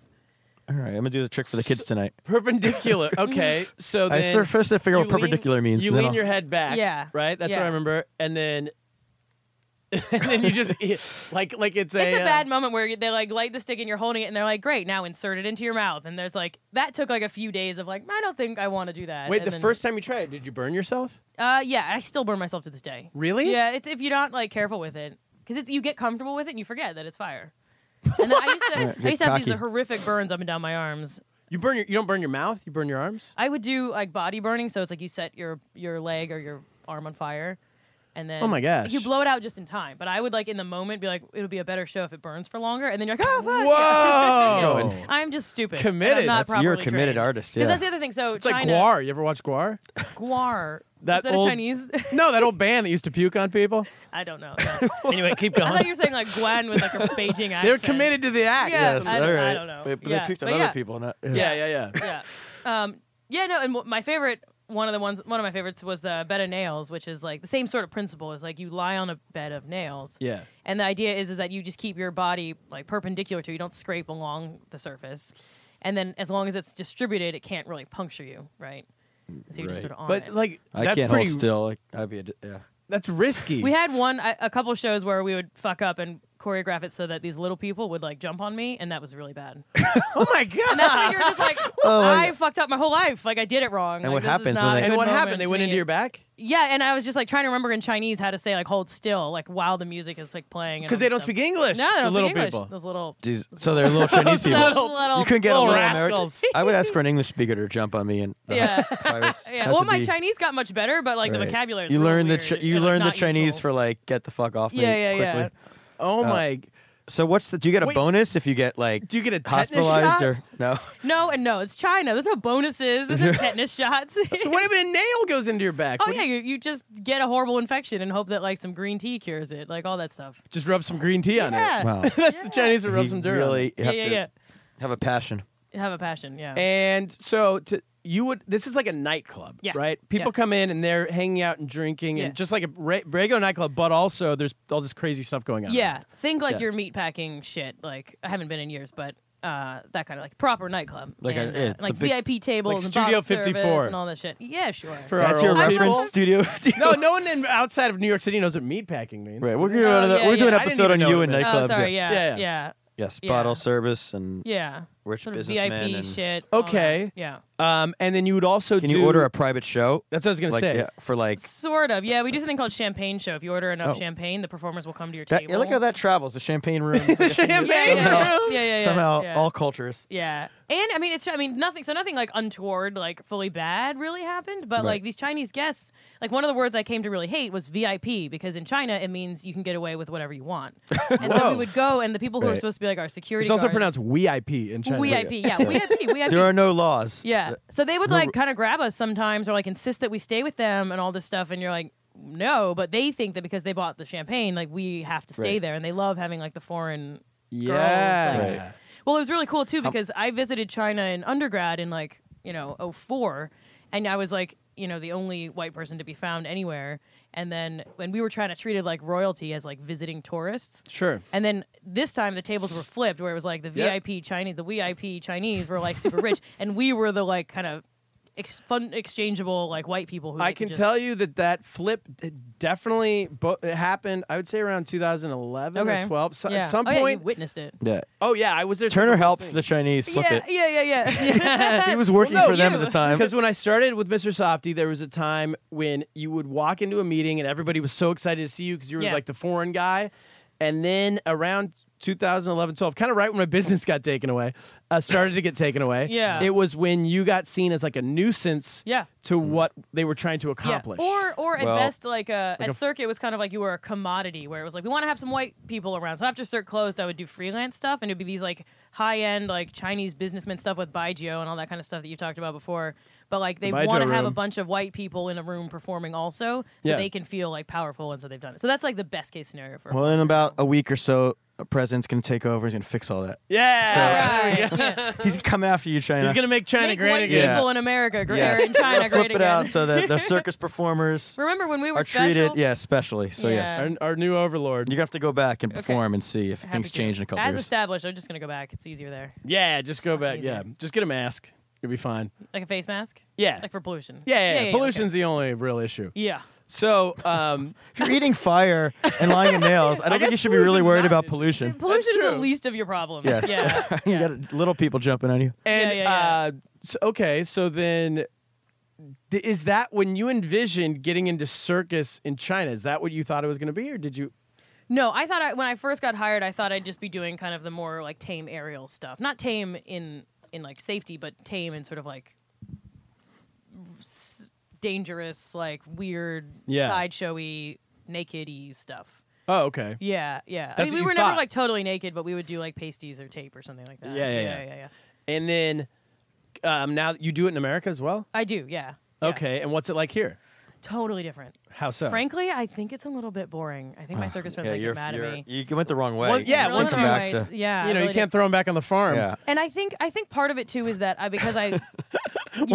C: All right, I'm gonna do the trick for the kids tonight.
B: Perpendicular. Okay, so
C: I
B: then
C: fir- first have to figure out
B: you
C: what perpendicular
B: lean,
C: means,
B: You
C: and then
B: lean
C: I'll-
B: your head back.
F: Yeah,
B: Right. That's what I
F: yeah.
B: remember. And then, and then you just like like it's a
F: It's a
B: uh,
F: bad moment where you- they like light the stick and you're holding it and they're like, "Great, now insert it into your mouth." And there's like that took like a few days of like, I don't think I want to do that.
B: Wait,
F: And
B: the
F: then-
B: first time you tried it, did you burn yourself?
F: Uh, yeah, I still burn myself to this day.
B: Really?
F: Yeah, it's if you're not like careful with it, because it's you get comfortable with it and you forget that it's fire. And then I used to,
C: get
F: I used to have these
C: cocky.
F: horrific burns up and down my arms.
B: You burn your you don't burn your mouth, you burn your arms.
F: I would do like body burning, so it's like you set your your leg or your arm on fire, and then
B: Oh my gosh.
F: you blow it out just in time. But I would like in the moment be like, it'll be a better show if it burns for longer, and then you're like, oh, fuck,
B: Whoa!
F: yeah. I'm just stupid. and
B: Committed.
F: I'm not
B: That's-
C: You're a
F: properly
C: committed
F: trained.
C: artist.
F: 'Cause
C: Yeah.
F: that's the other thing. So
B: it's like
F: China,
B: guar. You ever watch guar?
F: guar.
B: That
F: Is that
B: old-
F: a Chinese?
B: No, that old band that used to puke on people.
F: I don't know. No.
B: Anyway, keep
F: I thought you were saying like Gwen with like a Beijing accent.
B: They're committed to the act.
F: Yeah.
C: Yes,
F: I
C: all
F: don't- I
C: right.
F: don't know.
C: But, but
F: Yeah,
C: they picked on
F: but
C: other
F: yeah.
C: people, not.
B: Yeah, yeah, yeah.
F: yeah. Um, yeah, no, and wh- my favorite one of the ones one of my favorites was the bed of nails, which is like the same sort of principle is like you lie on a bed of nails.
B: Yeah.
F: And the idea is is that you just keep your body like perpendicular to you don't scrape along the surface. And then as long as it's distributed, it can't really puncture you, right? So you're
C: Right.
F: just sort of on
B: But
F: it.
B: like
C: I
B: that's
C: can't
B: pretty
C: hold still. Like, I'd be. A, d- yeah.
B: that's risky.
F: we had one I, a couple shows where we would fuck up and choreograph it so that these little people would like jump on me and that was really bad.
B: oh my god.
F: And that's when you're just like, I fucked up my whole life. Like I did it wrong.
C: And
F: Like,
C: what
F: this is
C: happens
F: not
C: when
F: a
C: they-
B: and
F: good
B: what
F: moment
B: happened? They
F: to
B: went
F: be
B: into
F: in.
B: your back?
F: Yeah, and I was just like trying to remember in Chinese how to say like hold still, like while the music is like playing. and
B: Because
F: all
B: they
F: this
B: don't
F: stuff.
B: speak English.
F: No, they
B: the
F: don't
B: little
F: speak English.
B: people.
F: Those little.
C: Jeez, so they're little Chinese people.
F: little- little-
C: you couldn't get a
B: little
C: little
B: rascals.
C: American. I would ask for an English speaker to jump on me and. uh,
F: Yeah.
C: if I was-
F: Yeah.
C: had
F: Well,
C: to
F: my
C: be-
F: Chinese got much better, but like the
C: right.
F: vocabulary. is
C: You
F: really
C: learn the
F: weird.
C: chi-
F: It's,
C: you
F: like,
C: learn the
F: not
C: Chinese
F: useful.
C: for like get the fuck off me
F: Yeah, yeah, yeah.
C: quickly. Uh,
B: Oh my.
C: So what's the? Do you get a
B: Wait,
C: bonus if you get like?
B: Do you get a tetanus
C: hospitalized
B: shot?
C: or no?
F: No, and no, it's China. There's no bonuses. There's no tetanus shots.
B: So what if a nail goes into your back?
F: Oh
B: What do
F: yeah,
B: you-
F: you, you just get a horrible infection and hope that like some green tea cures it, like all that stuff.
B: Just rub some green tea on
F: Yeah.
B: it.
C: Wow.
B: That's the Chinese would rub
C: You
B: some dirt. on it.
C: really
F: Yeah,
C: have
F: yeah,
C: to
F: yeah.
C: have a passion.
F: Have a passion. Yeah.
B: And so to, you would this is like a nightclub,
F: Yeah.
B: right? People
F: Yeah.
B: come in and they're hanging out and drinking
F: Yeah.
B: and just like a re- regular nightclub, but also there's all this crazy stuff going on.
F: Yeah, think like
B: Yeah.
F: your meatpacking shit. Like I haven't been in years, but uh, that kind of like proper nightclub,
C: Like a-
F: and, uh,
C: yeah, it's a
F: like
C: big-
F: VIP tables,
B: like
F: and
B: Studio
F: bottle service
B: 54.
F: and all that shit. Yeah, sure.
B: For
C: That's
B: our
C: your
B: old
C: reference
B: people?
C: studio.
B: No, no one in, outside of New York City knows what meatpacking means.
C: right, we're gonna do
F: Oh,
C: another-
F: yeah,
C: we're doing an
F: yeah.
B: I didn't
C: episode on
B: even
C: you
B: know
C: and
B: that.
C: nightclubs.
F: oh, sorry. Yeah,
B: Yeah,
F: yeah,
B: yeah.
F: yeah.
C: Yes,
F: Yeah.
C: bottle service and Rich
F: Sort of
C: businessmen
F: VIP
C: and-
F: shit. all that.
B: Okay.
F: Yeah.
B: Um, and then you would also
C: can
B: do,
C: you order a private show?
B: That's what I was gonna
C: like,
B: say.
C: yeah, for like
F: Sort of. Yeah, we do something called champagne show. If you order enough
C: Oh.
F: champagne, the performers will come to your
C: that.
F: table.
C: yeah, look how that travels. The champagne room.
B: champagne
F: Yeah, yeah, yeah, yeah, yeah, yeah,
C: Somehow,
F: yeah.
C: all cultures.
F: Yeah, and I mean it's I mean nothing so nothing like untoward like fully bad really happened, but
C: Right.
F: like these Chinese guests like one of the words I came to really hate was VIP because in China it means you can get away with whatever you want, and so we would go and the people who are
C: Right.
F: supposed to be like our security
B: It's also
F: guards-
B: pronounced WIP in China.
F: VIP yeah VIP VIP
C: There are no laws.
F: yeah so they would like kind of grab us sometimes or like insist that we stay with them and all this stuff and you're like no but they think that because they bought the champagne like we have to stay
C: Right.
F: there and they love having like the foreign
B: Yeah.
F: girls, like, well, it was really cool too because I visited China in undergrad in like, you know, 04 and I was like, you know, the only white person to be found anywhere. And then when we were trying to treat it like royalty as like visiting tourists.
B: Sure.
F: And then this time the tables were flipped where it was like the
B: Yeah.
F: VIP Chinese, the VIP Chinese were like super rich and we were the like kind of ex- fun exchangeable like white people who
B: I
F: they could
B: can
F: just-
B: tell you that that flip d- definitely bo- it happened. I would say around 2011
F: Okay.
B: or 12. So,
F: Yeah.
B: At some
F: Oh, yeah, you
B: point.
F: witnessed it.
C: Yeah.
B: oh yeah, I was there.
C: Turner helped the Chinese flip
F: yeah,
C: it.
F: yeah, yeah, yeah,
C: He was working
B: Well, no,
C: for them
B: yeah,
C: at the time.
B: Because when I started with Mr. Softy, there was a time when you would walk into a meeting and everybody was so excited to see you because you were
F: Yeah.
B: like the foreign guy. And then around 2011, 12, kind of right when my business got taken away, uh, started to get taken away.
F: Yeah.
B: It was when you got seen as like a nuisance
F: Yeah.
B: to what they were trying to accomplish.
F: Yeah. Or or at
C: Well,
F: best like uh
B: a-
F: at circuit it was kind of like you were a commodity where it was like we want to have some white people around. So after circ closed I would do freelance stuff and it'd be these like high end like Chinese businessman stuff with Baigio and all that kind of stuff that you talked about before. But like they
B: Baijiu
F: want to have a
B: room.
F: bunch of white people in a room performing also so
B: Yeah.
F: they can feel like powerful and so they've done it. So that's like the best case scenario for
C: Well, in about a week or so, a president's gonna take over. He's gonna fix all that.
B: yeah.
F: Right, yeah.
C: He's coming after you, China.
B: He's going to make China
F: Make
B: great
F: white
B: again.
C: Yeah.
F: people in America great
C: Yes.
F: or in China
C: flip
F: great
C: it
F: again.
C: out so that the circus performers
F: Remember when we were
C: are
F: special?
C: treated. Yeah, especially. So yes,
F: Yeah.
B: Our, our new overlord.
C: you're gonna have to go back and perform and see if
F: Happy
C: things
F: to.
C: change in a couple
F: As
C: years.
F: established, I'm just gonna go back. It's easier there.
B: yeah, just go back.
F: easy.
B: Yeah. Just get a mask. You'll be fine.
F: Like a face mask?
B: Yeah.
F: Like for pollution.
B: Yeah, yeah, yeah.
F: okay.
B: pollution's the only real issue.
F: Yeah.
B: So, um,
C: if you're eating fire and lying in nails, I don't
B: guess
C: think you should be really
B: pollution's
C: worried
B: not
C: about
B: an issue.
C: pollution.
F: Pollution is the
B: true.
F: least of your problems.
C: Yes.
F: Yeah.
C: you got little people jumping on you.
B: and
F: yeah, yeah.
B: Uh, so, okay, so then th- is that when you envisioned getting into circus in China? Is that what you thought it was going to be, or did you?
F: No, I thought I, when I first got hired, I thought I'd just be doing kind of the more like tame aerial stuff. Not tame in in like safety, but tame and sort of like s- dangerous, like weird,
B: Yeah.
F: sideshowy, naked-y stuff.
B: Oh, okay.
F: Yeah, yeah. I
B: That's
F: mean,
B: what
F: we
B: you
F: were
B: thought.
F: never like totally naked, but we would do like pasties or tape or something like that.
B: Yeah, yeah, yeah.
F: yeah. yeah, yeah.
B: And then um, now you do it in America as well.
F: I do, yeah. yeah.
B: Okay, and what's it like here?
F: Totally different.
B: How so?
F: Frankly, I think it's a little bit boring. I think
C: Ah,
F: my circus friends might get mad at me.
C: you went the wrong way.
B: Well, yeah,
F: Really
B: once
F: don't
B: you-
F: know why it's- yeah,
B: you know, you
F: really
B: can't
F: don't-
B: throw them back on the farm.
C: yeah.
F: And I think I think part of it too is that I because I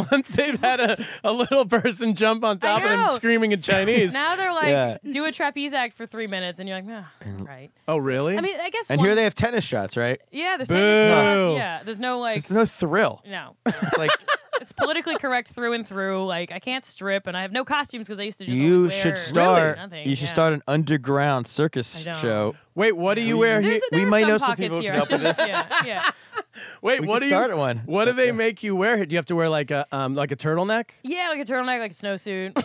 B: Once they've had a, a little person jump on top of them
F: know.
B: screaming in Chinese.
F: now they're like
C: Yeah.
F: do a trapeze act for three minutes and you're like, nah, right.
B: oh, really?
F: I mean, I guess
C: And
F: one,
C: here they have tennis shots, right?
F: yeah, there's
B: Boo.
F: no yeah, there's no like
C: It's no thrill.
F: no,
C: It's like
F: it's politically correct through and through. Like I can't strip and I have no costumes because I used to. Just
C: you
F: always wear
C: should start.
F: nothing,
C: You should
F: yeah.
C: start an underground circus
F: I don't.
C: show.
B: Wait, what do you wear here?
F: There's, there
C: We
F: are
C: might
F: some
C: know some
F: pockets
C: people who
F: here.
C: can
F: I
C: help with
F: shouldn't- Yeah, yeah.
B: Wait,
C: We
B: what
C: could
B: do you
C: start one.
B: What do they make you wear? Do you have to wear like a um like a turtleneck?
F: Yeah, like a turtleneck, like a snowsuit.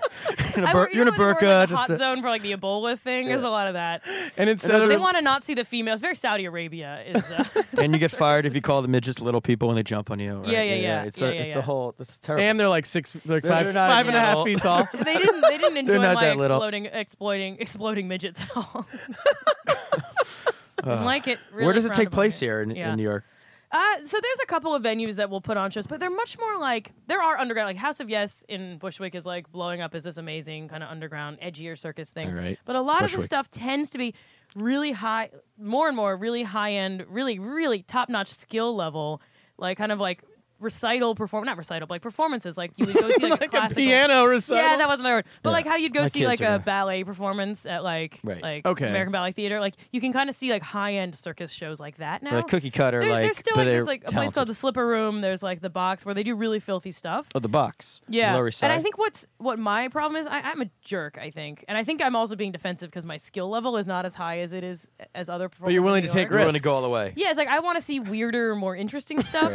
C: In a
F: I
C: bur-
F: wore- you
C: you're in a
F: know when you were in,
C: burqa.
F: like, the hot
C: Just a-
F: zone for like the Ebola thing. There's a lot of that.
B: And instead of
F: They want to not see the females. Very Saudi Arabia is. Uh,
C: and you get fired if you call the midgets little people when they jump on you. right?
F: Yeah, yeah, yeah.
C: It's
F: Yeah,
C: a,
F: yeah,
C: it's a
F: yeah.
C: whole. It's terrible.
B: and they're like six, like
C: They're-
B: five,
C: they're not
B: five and a half
C: animal.
B: feet tall.
F: they didn't. They didn't enjoy
C: not
F: my
C: that little.
F: exploding, exploiting, exploding midgets at all. Didn't like it. Really
C: Where does it
F: frowned
C: take
F: upon
C: place
F: it.
C: here in,
F: Yeah.
C: in New York?
F: Uh, so there's a couple of venues that will put on shows, but they're much more like there are underground, like House of Yes in Bushwick is like blowing up as this amazing kind of underground, edgier circus thing.
C: All right.
F: But a lot of the
C: Bushwick.
F: stuff tends to be really high, more and more really high end, really really top notch skill level, like kind of like recital perform not recital but like performances like you would go see like, a,
B: like a
F: classical-
B: piano recital.
F: yeah that wasn't the right word but
C: Yeah.
F: like how you'd go
C: My
F: see
C: kids
F: like a
C: are gonna-
F: ballet performance at like
C: Right.
F: like
B: Okay.
F: American Ballet Theater like you can kind of see like high end circus shows like that now
C: Like cookie cutter,
F: There-
C: like
F: there's still
C: but
F: like
C: they're
F: there's like a place called
C: talented.
F: the Slipper Room there's like the box where they do really filthy stuff
C: Oh, the box. the
F: yeah,
C: Lower East Side.
F: and I think what's what my problem is, I, I'm a jerk. I think, and I think I'm also being defensive because my skill level is not as high as it is as other. Performers
B: you're
F: in
B: willing
F: New
B: to take
F: York.
C: we're going to
B: risks.
C: go all the way.
F: Yeah, it's like I want to see weirder, more interesting stuff,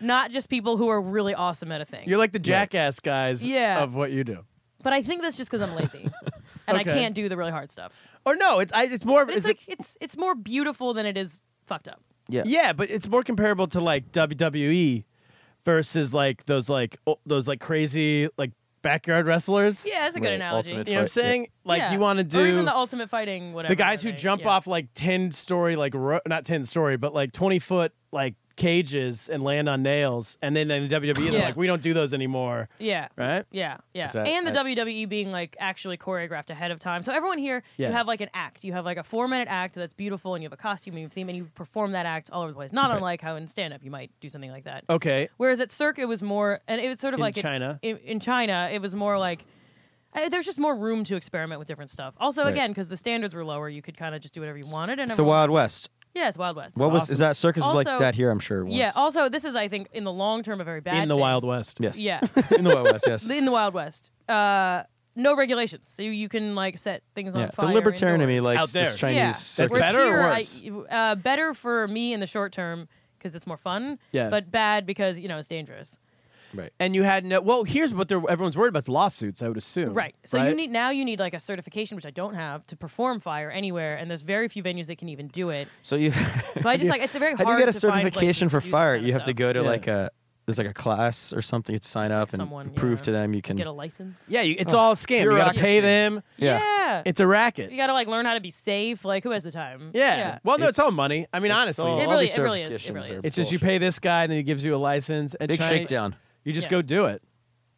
F: not just people who are really awesome at a thing.
B: You're like the jackass guys
F: Yeah.
B: of what you do.
F: but I think that's just because I'm lazy, and I
B: Okay.
F: can't do the really hard stuff.
B: Or no, it's I, it's more of
F: But it's
B: is it-
F: like it's it's more beautiful than it is fucked up.
C: Yeah.
B: yeah, but it's more comparable to like WWE versus like those like o- those like crazy like backyard wrestlers.
F: Yeah, that's a good
C: Right,
F: analogy.
C: ultimate
B: You know what I'm
C: Fight, yeah.
B: saying? Like
F: Yeah.
B: you want to do
F: or even the ultimate fighting, whatever.
B: the guys
F: that
B: who
F: they-
B: jump
F: yeah.
B: off like 10 story like ro- not 10 story but like 20 foot like cages and land on nails and then in the WWE they're
F: Yeah.
B: like we don't do those anymore
F: Yeah.
B: right
F: Yeah, yeah.
C: Is that-
F: and the
C: that-
F: WWE being like actually choreographed ahead of time. So everyone here,
B: Yeah.
F: you have like an act. You have like a four minute act that's beautiful and you have a costume and you have a theme and you perform that act all over the place. Not unlike how in stand up you might do something like that.
B: okay
F: Whereas at Cirque it was more and it was sort
B: Oh.
F: of
B: In
F: like it-
B: China?
F: in, in China, it was more like uh, there's just more room to experiment with different stuff. Also,
C: Right.
F: again, because the standards were lower, you could kind of just do whatever you wanted. And
C: It's the
F: everyone-
C: Wild West.
F: Yeah, it's Wild West.
C: What was is that circus was like
F: Also-
C: that here? I'm sure. Once.
F: Yeah. Also, this is I think in the long term a very bad.
B: in the
F: thing.
B: Wild West
C: yes.
F: Yeah.
C: in the Wild West. Yes.
F: in the Wild West. Uh, no regulations, so you, you can like set things on
C: yeah. The
F: fire.
C: libertarian in me
F: indoors.
B: Out
C: likes
B: there.
C: this Chinese
F: yeah.
C: circus.
F: Whereas
B: better or
F: here, I-
B: worse?
F: you- uh, better for me in the short term because it's more fun.
B: Yeah.
F: But bad because you know it's dangerous.
C: Right.
B: and you had no well here's what they're, everyone's worried about is lawsuits I would assume
F: Right. So you need now you need like a certification, which I don't have, to perform fire anywhere, and there's very few venues that can even do it.
C: So you
F: So I just like it's a very
C: How do
F: hard
C: you get a
F: to find
C: certification
F: places
C: for
F: to do this
C: fire?
F: kinda
C: You have to
F: stuff.
C: go to
B: Yeah.
C: like a there's like a class or something you have to sign up and
F: someone,
C: prove
F: yeah.
C: to them you can.
F: get a license.
B: yeah you, it's all a scam you gotta pay
C: bureaucracy.
B: them
C: yeah.
F: Yeah.
B: it's a racket
F: you got to like learn how to be safe. Like who has the time?
B: yeah. well no it's,
C: It's-
B: all money I mean honestly
C: all-
F: It
C: all
F: really-
C: these
F: it really is, it
C: certifications
F: really
C: are
F: is.
B: it's just you
C: bullshit.
B: pay this guy and then he gives you a license and
C: Big shakedown.
B: you just
F: Yeah.
B: go do it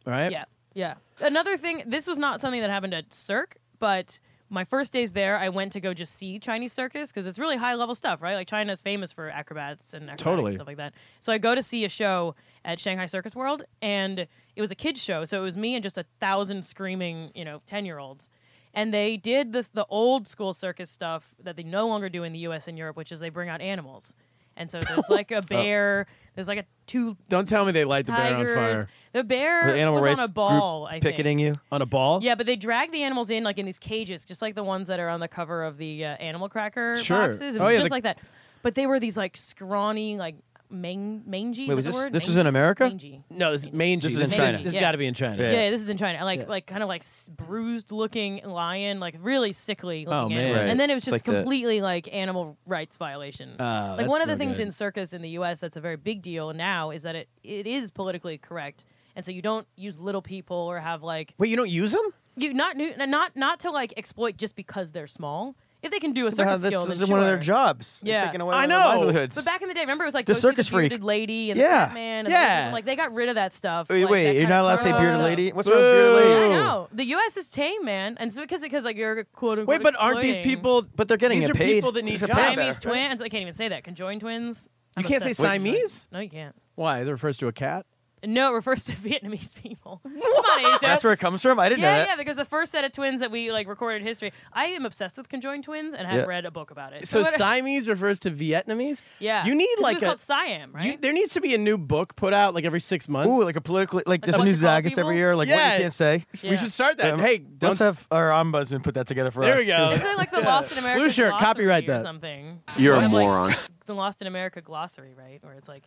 B: all right
F: Yeah, yeah. Another thing, this was not something that happened at Cirque, but my first days there, I went to go just see Chinese circus because it's really high level stuff, right? Like China's famous for acrobats and acrobatics
B: Totally.
F: and stuff like that. So I go to see a show at Shanghai Circus World, and it was a kids show, so it was me and just a thousand screaming, you know, ten year olds. And they did the, the old school circus stuff that they no longer do in the U.S. and Europe, which is they bring out animals. And so there's like
B: Oh.
F: a bear, there's like a two
B: don't tell me they light the bear on
F: tigers.
B: fire
F: The bear
C: The animal
F: was
C: rights
F: on a
C: group
F: ball. I think.
C: picketing you.
B: on a ball
F: Yeah, but they drag the animals in like in these cages, just like the ones that are on the cover of the uh, animal cracker
B: Sure.
F: boxes. It
B: Oh,
F: was
B: yeah,
F: just
B: the-
F: like that. But they were these like scrawny, like mang- mangy.
C: Wait, was
F: is that the
C: this-
F: word?
C: this was
F: Mangy?
C: in America?
F: Mangy.
B: No, this is mangy.
C: This is
B: This
C: in
B: is-
C: China.
B: This has
F: Yeah.
B: got to be in China.
C: Yeah.
F: Yeah. this is in China. Like, like kind of like s- bruised looking lion, like really sickly looking.
B: Oh, man.
F: animals.
C: Right.
F: And then it was
C: It's
F: just
C: like Ah, the-
F: completely like animal rights violation.
B: Oh,
F: like
B: that's
F: one of
B: no
F: the things
B: good.
F: in circus in the U.S. that's a very big deal now is that it it is politically correct, and so you don't use little people or have like
B: Wait, you don't use them?
F: you not new- not not to like exploit just because they're small. If they can do a
C: Somehow
F: circus skill,
C: that's-
F: then
C: This is one of their
F: sure.
C: jobs. They're
F: Yeah.
C: Taking away
B: I
C: one of their
B: know.
C: livelihoods.
F: But back in the day, remember it was like
C: The
F: go see
C: circus
F: the
C: freak.
F: bearded lady and
C: Yeah.
F: the man. And
B: Yeah.
F: the, like they got rid of that stuff.
C: Wait,
F: like, that
C: wait, you're
F: kind
C: not
F: of
C: allowed to say
F: carnival
C: bearded
F: stuff.
C: lady. What's wrong with bearded
B: Boo.
F: I
C: lady?
F: know the U.S. is tame, man, and so because because like you're quote unquote.
B: Wait, but aren't these
F: exploiting
B: people?
C: But they're getting
B: these
C: it
B: are
C: paid.
B: people that need
C: These are
B: jobs.
C: paid
F: Siamese
C: better.
F: twins? I can't even say that. Conjoined twins.
B: You can't say
F: obsessed with conjoined-
B: Siamese?
F: No, you can't.
B: Why? That refers to a cat.
F: No, it refers to Vietnamese people. Come on, Asia.
C: That's where it comes from. I didn't know
F: yeah,
C: that.
F: yeah, because the first set of twins that we like recorded history. I am obsessed with conjoined twins and have
C: Yeah.
F: read a book about it.
B: So
F: what-
B: Siamese refers to Vietnamese.
F: Yeah,
B: You need
F: 'Cause
B: like
F: it was
B: a.
F: called Siam,
B: you-
F: right?
B: there needs to be a new book put out like every six months.
C: Ooh, like a politically like there's
F: what
C: a new
F: to call
C: zag. It's every
F: people?
C: year. Like what
B: Yeah.
C: you can't say.
B: We
F: Yeah.
B: should start that.
C: Um,
B: hey, don't
C: let's have our ombudsman put that together for
B: There
C: us.
B: we go.
C: 'cause-
F: Is it like the Lost in America
B: Blue shirt,
F: glossary
B: copyright
F: or
B: that.
F: something?
D: You're a
F: Have, like,
D: moron.
F: the Lost in America glossary, right? Where it's like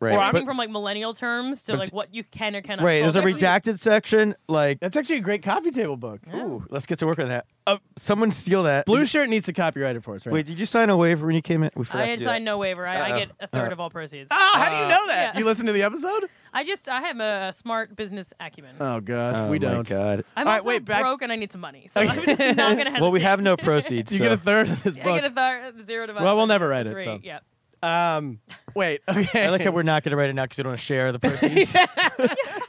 C: Right.
B: Or
F: everything
B: But-
F: from like millennial terms to
C: but
F: like
C: it's-
F: what you can or cannot.
C: Right.
F: Oh,
C: There's a
F: actually-
C: redacted section. Like,
B: That's actually a great coffee table book. Uh,
C: ooh, let's get to work on that. Someone steal that.
B: Blue shirt needs to copyright it for us, right?
C: Wait, did you sign a waiver when you came in? We forgot
F: I
C: to
F: had
C: do that.
F: signed no waiver. I, I get a third of all proceeds.
B: oh, Uh, how do you know that?
F: Uh, yeah.
B: You listen to the episode?
F: I just I have a smart business acumen.
B: Oh gosh,
C: Oh
B: we
C: my
B: don't.
C: God.
F: I'm
B: all right,
F: also
B: wait, back-
F: broke and I need some money, so I'm just not gonna. Hesitate.
C: Well, we have no proceeds.
B: You
C: so.
B: get a third of this
F: I
B: book.
F: get a th- zero divided.
B: Well, we'll
F: by
B: never write it,
F: Three.
B: so.
F: Yeah.
B: um, wait. Okay.
C: I like how we're not going to write it now because we don't want to share the proceeds.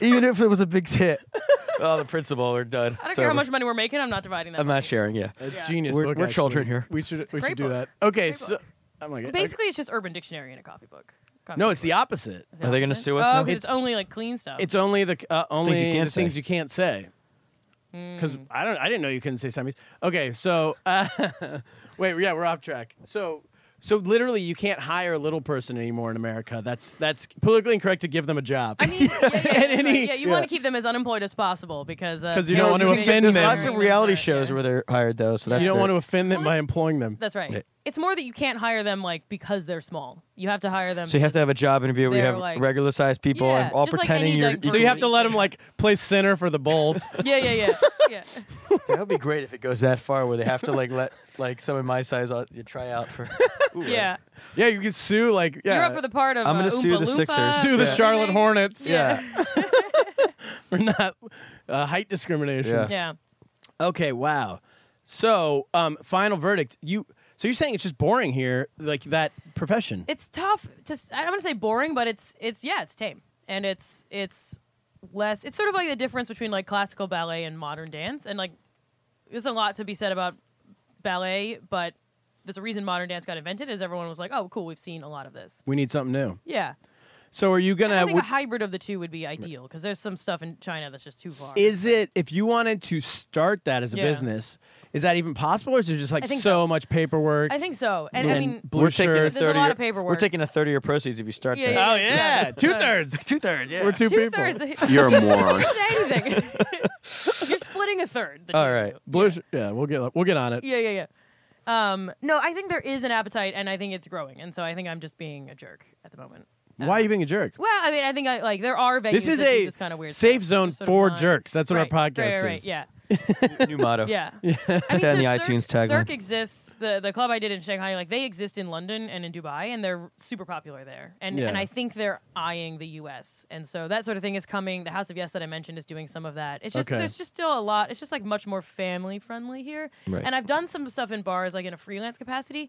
C: Even if it was a big hit. Oh, the principal, we're done.
F: I don't
C: It's
F: care how
C: over.
F: much money we're making. I'm not dividing that.
C: I'm not
F: money.
C: sharing, yeah.
B: It's
F: Yeah.
B: genius.
C: We're-
B: book,
C: we're
B: actually.
C: children here.
B: We should we should
F: great
B: do
F: book.
B: that. Okay,
F: It's a
B: so
F: great
B: I'm like
F: Basically, it's just Urban Dictionary in a copy book.
B: No, it's the opposite.
F: Is that
C: Are they
F: what
C: gonna
F: it said?
C: sue us
F: Oh,
C: now?
F: 'cause it's,
B: It's-
F: only like clean stuff.
B: It's only the uh, only
C: you can't
B: the things
C: say.
B: you can't say.
C: Hmm.
B: Because I don't, I didn't know you couldn't say Siamese. Okay, so uh, wait, yeah, we're off track. So, so literally, you can't hire a little person anymore in America. That's that's politically incorrect to give them a job.
F: I mean, yeah, yeah, yeah,
B: And
F: that's
B: any-
F: right. Yeah, you want to keep them as unemployed as possible because uh,
B: 'Cause you don't
F: yeah,
B: want to
F: you
C: you
F: can-
B: offend
C: there's
B: them.
C: lots of reality shows where they're hired though, so that's
B: you don't
C: their-
B: want to offend them
F: Well,
B: by
F: it's-
B: employing them.
F: That's right. It's more that you can't hire them like because they're small. You have to hire them.
C: So you have to have a job interview where you
F: They're
C: have
F: like-
C: regular sized people
F: Yeah,
C: and all
F: just like
C: pretending
F: any
C: you're.
F: diverse-
C: equal-
B: So you have to let them like play center for the Bulls.
F: yeah, yeah, yeah, yeah.
C: that would be great if it goes that far where they have to like let like someone my size out- you try out for.
F: yeah.
B: yeah, you can sue like yeah.
F: You're up for the part of
C: I'm gonna
F: uh,
C: sue
F: Oompa
C: the Sixers.
B: sue the
C: Yeah.
B: Charlotte Hornets
C: Yeah.
B: for not uh, height discrimination.
C: Yes.
F: Yeah.
B: Okay, wow. So, um, final verdict. You so you're saying it's just boring here, like that profession.
F: It's tough to s- I don't want to say boring, but it's it's yeah, it's tame. And it's it's less it's sort of like the difference between like classical ballet and modern dance and like there's a lot to be said about ballet, but there's a reason modern dance got invented is everyone was like, "Oh, cool, we've seen a lot of this."
B: we need something new.
F: Yeah.
B: So, are you
F: I
B: gonna?
F: think
B: would-
F: a hybrid of the two would be ideal because there's some stuff in China that's just too far.
B: is it if you wanted to start that as a
F: Yeah.
B: business, is that even possible, or is there just like
F: I
B: so,
F: think so.
B: much paperwork?
F: I think so. And I
B: and
F: mean,
B: blue
C: we're taking a
B: shirts?
F: There's a
C: thirty.
F: lot of paperwork.
C: We're taking a thirty year proceeds if you start
F: Yeah,
C: that.
B: Oh
F: yeah,
B: yeah,
F: exactly.
B: two thirds.
C: Two thirds. Yeah.
B: We're two,
F: two
B: people.
F: thirds.
A: You're a moron.
F: say anything. You're splitting a third. the two
C: All
F: of
C: right.
F: you.
B: Blue. sh- Yeah, we'll get we'll get on it.
F: Yeah, yeah, yeah. Um, no, I think there is an appetite, and I think it's growing, and so I think I'm just being a jerk at the moment.
B: Why are you being a jerk?
F: Well, I mean, I think I like there are venues.
B: This is
F: that do
B: a
F: this kind of weird
B: safe
F: stuff,
B: zone
F: just sort of
B: for
F: blind-
B: jerks. That's what
F: right,
B: our podcast
F: right, right,
B: is.
F: Yeah.
C: New motto.
F: Yeah. I mean,
C: that
F: so
C: in the
F: Cirque,
C: iTunes tagline.
F: Cirque exists. The the club I did in Shanghai, like they exist in London and in Dubai, and they're super popular there. And
B: Yeah.
F: and I think they're eyeing the U.S. And so that sort of thing is coming. The House of Yes that I mentioned is doing some of that. It's just
B: Okay.
F: there's just still a lot. It's just like much more family friendly here.
C: Right.
F: And I've done some stuff in bars, like in a freelance capacity.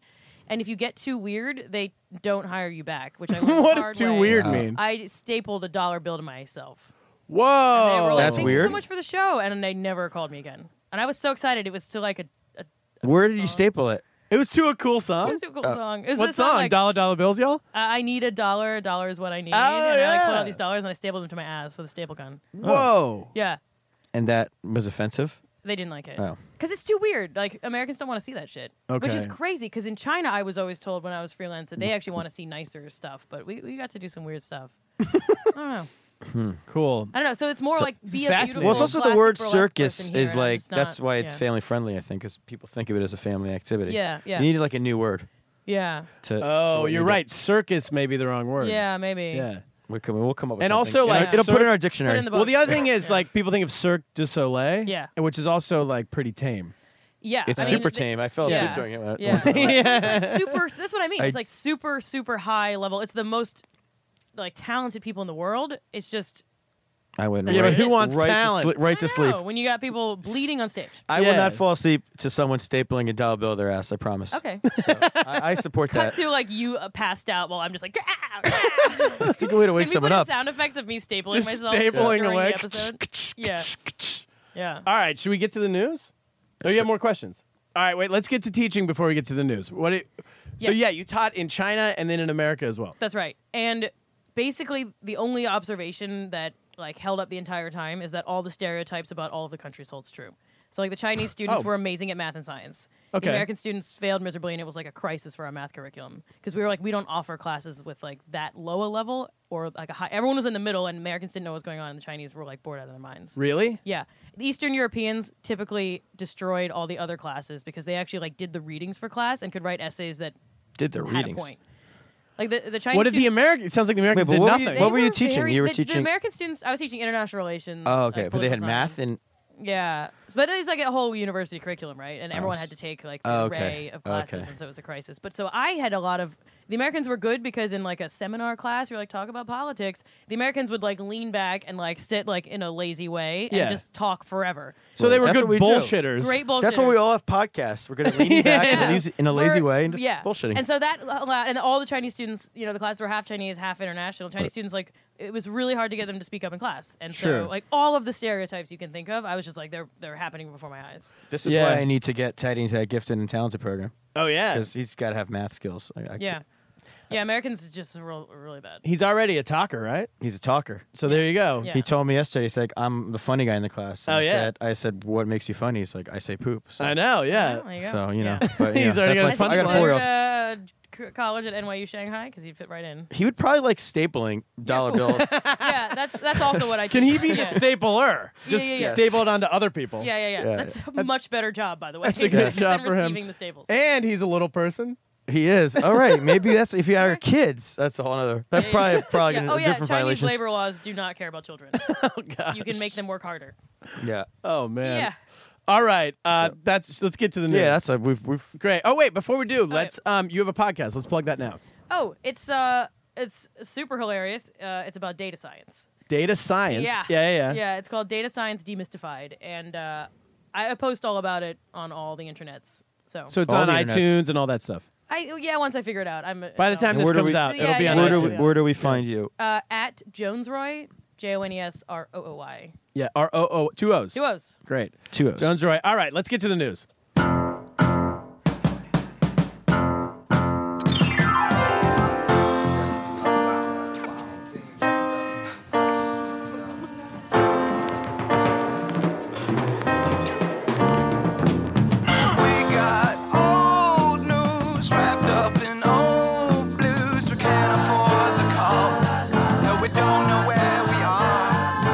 F: And if you get too weird, they don't hire you back. Which I learned the
B: What
F: hard
B: does too
F: way.
B: weird
C: Wow.
B: mean?
F: I stapled a dollar bill to myself. And they were
B: Whoa,
F: like,
C: That's
F: Thank You
C: weird.
F: so much for the show, and they never called me again. And I was so excited. It was still like a, a
C: Where did you staple it?
B: It was to a cool
F: It
B: song.
C: Oh.
F: was a
C: Uh,
F: cool song. It was
B: What
F: this
B: song?
F: Like,
B: dollar dollar bills, y'all.
F: I I need a dollar. A dollar is what I need.
B: Oh,
F: and I like, pulled
B: yeah.
F: out these dollars and I stapled them to my ass with a staple gun.
B: Whoa.
F: Yeah,
C: And that was offensive.
F: they didn't like it because
C: Oh.
F: it's too weird. Like Americans don't want to see that shit, which is
B: Okay.
F: crazy. Because in China, I was always told when I was freelance
C: Mm.
F: that they actually want to see nicer stuff, but we, we got to do some weird stuff. I don't know.
B: Cool.
F: I don't know. So it's more like be
B: fascinating.
F: a beautiful.
B: Well,
C: Well, it's also the
F: classic
C: word
F: burlesque
C: circus
F: person here,
C: is
F: and I'm
C: like
F: just
C: that's
F: not-
C: why it's
F: yeah.
C: family friendly. I think because people think of it as a family activity.
F: Yeah, yeah.
C: You need like a new word
F: Yeah,
C: to. for
B: Oh,
C: what
B: you're
C: you do.
B: right. Circus may be the wrong word.
F: yeah, maybe.
B: Yeah.
C: We'll come, we'll come up with
B: And
C: something.
B: also,
C: In our-
B: like,
C: it'll put in
B: cir-
C: our dictionary.
F: Put in the book.
B: Well, the other thing is
F: Yeah.
B: like people think of Cirque du Soleil,
F: Yeah.
B: which is also like pretty tame.
F: yeah.
C: it's
F: I mean,
C: super
F: they-
C: tame. I fell asleep during it. one
F: Yeah.
C: time.
F: It's like super. That's what I mean. It's
C: I-
F: like super, super high level. It's the most like talented people in the world. It's just
C: I went.
B: Yeah, but
C: right,
B: who wants
C: right
B: talent?
C: To sli- right to
F: I don't
C: sleep.
F: know, when you got people bleeding on stage.
C: I
B: Yeah.
C: will not fall asleep to someone stapling a dollar bill to their ass. I promise.
F: Okay,
C: I, I support
F: cut
C: that.
F: to like you uh, passed out while I'm just like. "Ah, ah."
C: That's a good way to wake
F: Can we
C: someone
F: put in
C: up.
F: sound effects of me stapling
B: Just
F: myself
B: stapling
F: during
B: a leg.
F: the episode? yeah, yeah.
B: All right, should we get to the news? Oh, you have more questions. All right, wait. Let's get to teaching before we get to the news. What? It, So
F: Yeah.
B: yeah, you taught in China and then in America as well.
F: That's right. And basically, the only observation that like held up the entire time is that all the stereotypes about all of the countries holds true. So like the Chinese students
B: Oh.
F: were amazing at math and science.
B: Okay.
F: The American students failed miserably, and it was like a crisis for our math curriculum because we were like, we don't offer classes with like that low a level or like a high. Everyone was in the middle, and Americans didn't know what was going on, and the Chinese were like bored out of their minds.
B: Really?
F: Yeah. The Eastern Europeans typically destroyed all the other classes because they actually like did the readings for class and could write essays that
C: Did the
F: had a
C: readings.
F: point. Like the, the Chinese
B: what did the
F: students-
B: American? It sounds like the Americans
C: but
B: did
C: what were you-
B: nothing.
F: they
C: what were you teaching?
F: very-
C: You were
F: the, The
C: teaching-
F: American students. I was teaching international relations.
C: Oh,
F: like,
C: okay. but they had
F: political
C: math
F: science.
C: and
F: yeah, but it was like a whole university curriculum, right? And everyone had to take like the
C: Oh, okay.
F: array of classes,
C: Okay.
F: and so it was a crisis. But so I had a lot of the Americans were good because in like a seminar class, you're like talk about politics. The Americans would like lean back and like sit like in a lazy way and
B: Yeah.
F: just talk forever.
B: so they were
C: That's
B: good
C: what we do.
B: bullshitters.
F: Great bullshit.
C: that's why we all have podcasts. We're going to lean back in, a
F: Yeah.
C: lazy, in a lazy
F: We're-
C: way and just bullshitting.
F: And so that allo- and all the Chinese students, you know, the classes were half Chinese, half international. Chinese students like it was really hard to get them to speak up in class, and
B: Sure.
F: so like all of the stereotypes you can think of, I was just like they're they're happening before my eyes.
C: this is
B: Yeah.
C: why I need to get Ted into that gifted and talented program
B: Oh yeah.
C: because he's got to have math skills. I, I,
F: Yeah, Yeah, Americans is just real, really bad.
B: He's already a talker, right?
C: He's a talker.
B: So there you go.
F: Yeah.
C: He told me yesterday. He's like, "I'm the funny guy in the class." And
B: Oh,
C: I
B: yeah.
C: Said, I said, "What makes you funny?" He's like, "I say poop." So,
B: I know. Yeah.
F: Oh, there you go.
C: So you know,
F: Yeah.
C: but, you
B: He's
C: know,
B: already
C: that's
B: got
C: my-
B: a
C: I got a four year old.
F: Considered, uh, c- college at NYU Shanghai because he'd fit right in.
C: He would probably like stapling dollar bills.
F: yeah, that's that's also what I.
B: Can he be
F: Yeah.
B: the stapler? Just
F: yeah, yeah.
B: stapled onto other people.
F: Yeah, yeah, yeah.
C: Yeah,
F: that's a much better job, by the way.
B: That's a good
F: He's
B: job for him.
F: receiving the staples.
B: And he's a little person.
C: he is. All right, maybe that's if you had our kids. That's a whole other. That's probably probably
F: yeah.
C: gonna-
F: Oh yeah,
C: different
F: Chinese
C: violations.
F: labor laws do not care about children. You can make them work harder.
C: Yeah,
B: Oh man.
F: Yeah.
B: All right. Uh, that's let's get to the news.
C: yeah. That's a we've we've
B: great. Oh wait, before we do, let's um, you have a podcast. Let's plug that now.
F: Oh, it's uh, it's super hilarious. Uh, it's about data science.
B: Data science.
F: Yeah.
B: Yeah. Yeah. yeah.
F: Yeah, it's called Data Science Demystified, and uh, I I post all about it on all the internets. So,
B: So it's
C: All
B: on
C: the internets.
B: iTunes and all that stuff.
F: I oh, yeah, once I figure it out, I'm
B: By the time
C: And
B: this
C: where do
B: comes
C: we-
B: out,
F: Yeah,
B: it'll be
F: yeah,
B: on
C: where do
B: iTunes.
C: we, where do we find you?
F: uh, at Jonesroy, J O N E S R O O Y.
B: Yeah. R O O two O's.
F: Two O's.
B: Great.
C: Two O's.
B: Jones Roy. All right. Let's get to the news.
D: We got old news wrapped up in old blues. We can't afford the call. No, we don't know where we are.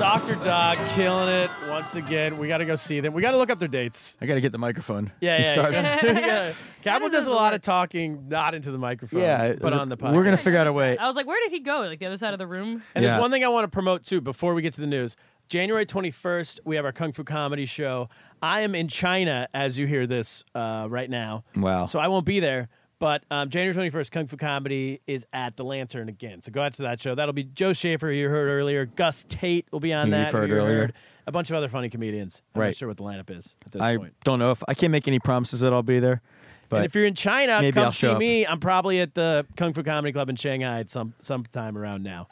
B: Doctor Dog killing it once again. We got to go see them. We got to look up their dates.
C: I gotta get the microphone.
B: Yeah,
C: You
B: yeah,
C: started.
B: yeah. Kaplan does
F: does
B: a lot of talking, not into the microphone,
C: Yeah,
B: but on the podcast.
C: We're gonna figure out a way.
F: I was like, where did he go? Like the other side of the room.
B: And
C: Yeah.
B: there's one thing I want to promote too before we get to the news. January 21st, we have our Kung Fu Comedy Show. I am in China as you hear this uh, right now.
C: Wow.
B: So I won't be there. But um, January 21st, Kung Fu Comedy is at the Lantern again. So go out to that show. That'll be Joe Schaefer, who you heard earlier. Gus Tate will be on
C: Who
B: that.
C: you've heard
B: who you
C: earlier.
B: A bunch of other funny comedians. I'm not
C: Right.
B: sure what the lineup is at this
C: I
B: point.
C: don't know if I can't make any promises that I'll be there. But
B: and if you're in China,
C: maybe
B: come
C: I'll
B: see
C: show up.
B: me. I'm probably at the Kung Fu Comedy Club in Shanghai at some sometime around now.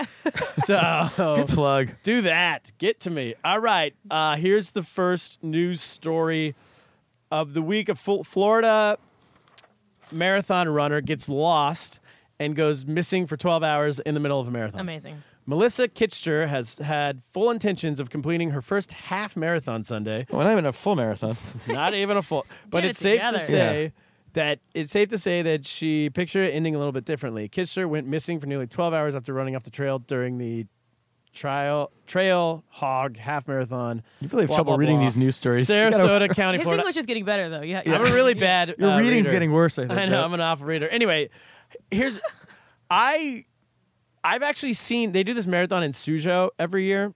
B: so
C: plug.
B: do that. Get to me. All right. Uh, here's the first news story of the week. A Fl- Florida marathon runner gets lost and goes missing for 12 hours in the middle of a marathon.
F: Amazing.
B: Melissa Kitcher has had full intentions of completing her first half marathon Sunday
C: Well, I'm in a full marathon.
B: not even a full. But
F: Get
B: it's
F: it
B: safe to
F: together.
B: say that it's safe to say that she pictured it ending a little bit differently. Kitchener went missing for nearly 12 hours after running off the trail during the trial trail hog half marathon.
C: You really have trouble reading these news stories. You gotta-
B: Sarasota County,
F: His
B: Florida.
F: English is getting better though. Yeah,
B: I'm a really bad.
C: Your
B: uh,
C: reading's
B: reader.
C: getting worse. I think.
B: I know I'm an awful reader. Anyway, here's I I've actually seen they do this marathon in Suzhou every year.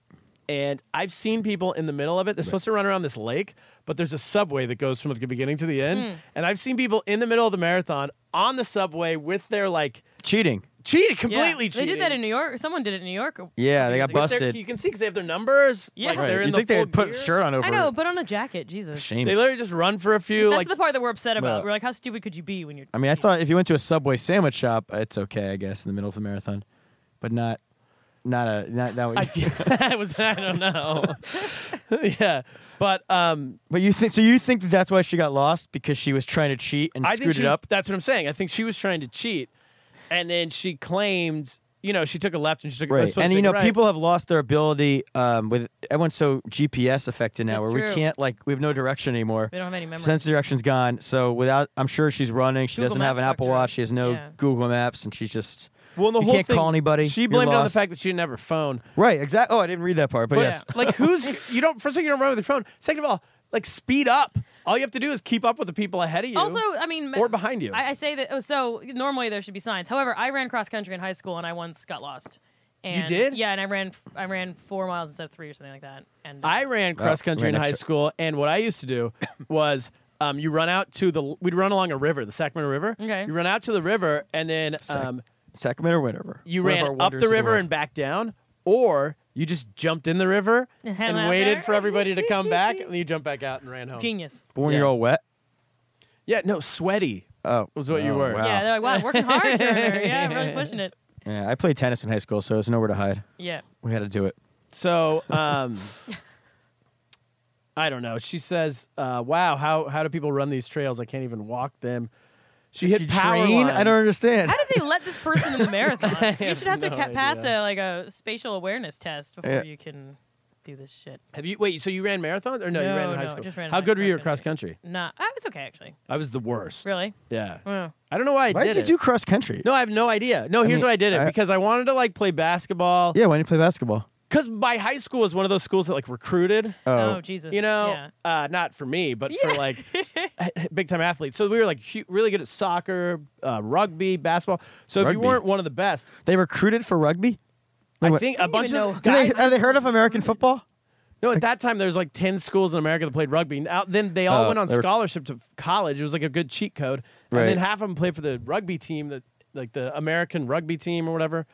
B: And I've seen people in the middle of it. They're supposed to run around this lake, but there's a subway that goes from the beginning to the
F: Hmm.
B: end. And I've seen people in the middle of the marathon on the subway with their like
C: Cheating.
B: cheated, completely
F: They
B: cheated.
F: did that in New York. Someone did it in New York.
C: Yeah, they got
B: With their-
C: busted.
B: You can see because they have their numbers.
F: Yeah.
B: like,
F: Right.
B: they're in
C: you
B: the
C: think they
B: full
C: would put a
B: gear.
C: shirt on over?
F: I know,
C: it.
F: put on a jacket, Jesus.
C: Shame.
B: They literally just run for a few.
F: That's
B: like
F: the part that we're upset about.
C: Well-
F: we're like, how stupid could you be when you're?
C: I mean, I thought if you went to a Subway sandwich shop, it's okay, I guess, in the middle of the marathon, but not, not a not that. Way.
B: I was. I don't know. yeah, but um,
C: but you think so? You think that that's why she got lost because she was trying to cheat and
B: I think
C: screwed
B: she
C: it
B: was-
C: up?
B: That's what I'm saying. I think she was trying to cheat, and then she claimed, you know, she took a left and she took a
C: Right,
B: supposed to
C: and you
B: take
C: know,
B: a right.
C: people have lost their ability um, with everyone's so GPS affected now,
F: That's
C: where
F: true.
C: we can't like we have no direction anymore.
F: We don't have any memory.
C: Sense of direction's gone. So without, I'm sure she's running. She
F: Google
C: doesn't have
F: Maps
C: an Apple
F: fucked her up.
C: Watch. She has no
F: Yeah.
C: Google Maps, and she's just
B: Well, and the
C: you
B: whole
C: can't
B: thing-
C: call anybody.
B: She
C: You're
B: blamed it on the
C: lost.
B: fact that she didn't have her phone.
C: Right, exactly. Oh, I didn't read that part, but,
B: But
C: yes.
B: like, who's you don't? First thing you don't run with your phone. Second of all, like, speed up. All you have to do is keep up with the people ahead of you.
F: Also, I mean,
B: Or behind you.
F: I, I say that. Oh, so normally there should be signs. However, I ran cross country in high school and I once got lost. And,
B: did?
F: Yeah, and I ran. f- I ran four miles instead of three or something like that. And uh,
B: I ran cross country
C: ran
B: in high
C: extra.
B: school, and what I used to do was. Um, you run out to the we'd run along a river, the Sacramento River.
F: Okay.
B: You run out to the river, and then
C: Sac-
B: um,
C: Sacramento or whatever.
B: you
C: One of our
B: ran up
C: wonders
B: the
C: of
B: river
C: world.
B: and back down, or you just jumped in the river
F: And hung
B: and
F: out
B: waited
F: there.
B: for everybody to come back, and then you jumped back out and ran home.
F: genius.
C: But when
B: Yeah.
C: you're all wet.
B: Yeah, no, sweaty
C: Oh,
B: was what you
C: oh,
B: were.
C: Wow.
F: Yeah,
C: Yeah,
F: they're like, wow, working hard, Turner. Yeah, really pushing it.
C: I played tennis in high school, so there's nowhere to hide.
F: Yeah.
C: We had to do it.
B: So, um, I don't know. She says, uh, "Wow, how how do people run these trails? I can't even walk them." She hit
C: She
B: power
C: train? I don't
B: lines.
C: understand.
F: How did they let this person in the marathon? You should have to
B: no
F: ca- pass
B: idea.
F: a like a spatial awareness test before
C: Yeah.
F: you can do this shit.
B: Have you wait? So you ran marathons or no? you
F: No,
B: ran in high
F: no,
B: school.
F: just ran
B: How
F: in
B: good were you at cross
F: cross
B: country?
F: Nah, I was okay actually.
B: I was the worst.
F: Really?
B: Yeah.
F: Oh.
B: I don't know why I
C: Why
B: did
C: did you
B: it.
C: do cross country?
B: no, I have no idea. No, here's
C: mean,
B: why I did it
C: I-
B: because I wanted to like play basketball.
C: Yeah, why didn't you play basketball?
B: Because my high school was one of those schools that like recruited.
F: Oh, Jesus.
B: You know,
F: Yeah.
B: uh, not for me, but for like big time athletes. So we were like hu- really good at soccer, uh, rugby, basketball. So if
C: Rugby.
B: you weren't one of the best,
C: They recruited for rugby?
B: I
C: Wait,
B: think
F: I
B: a
F: didn't
B: bunch
F: even
B: of
F: know.
C: Do they,
B: guys.
C: have they heard of American football?
B: No, at that time there was like ten schools in America that played rugby. Now, then they all
C: Oh,
B: went on
C: they were-
B: scholarship to college. It was like a good cheat code.
C: Right.
B: And then half of them played for the rugby team, that like the American rugby team or whatever.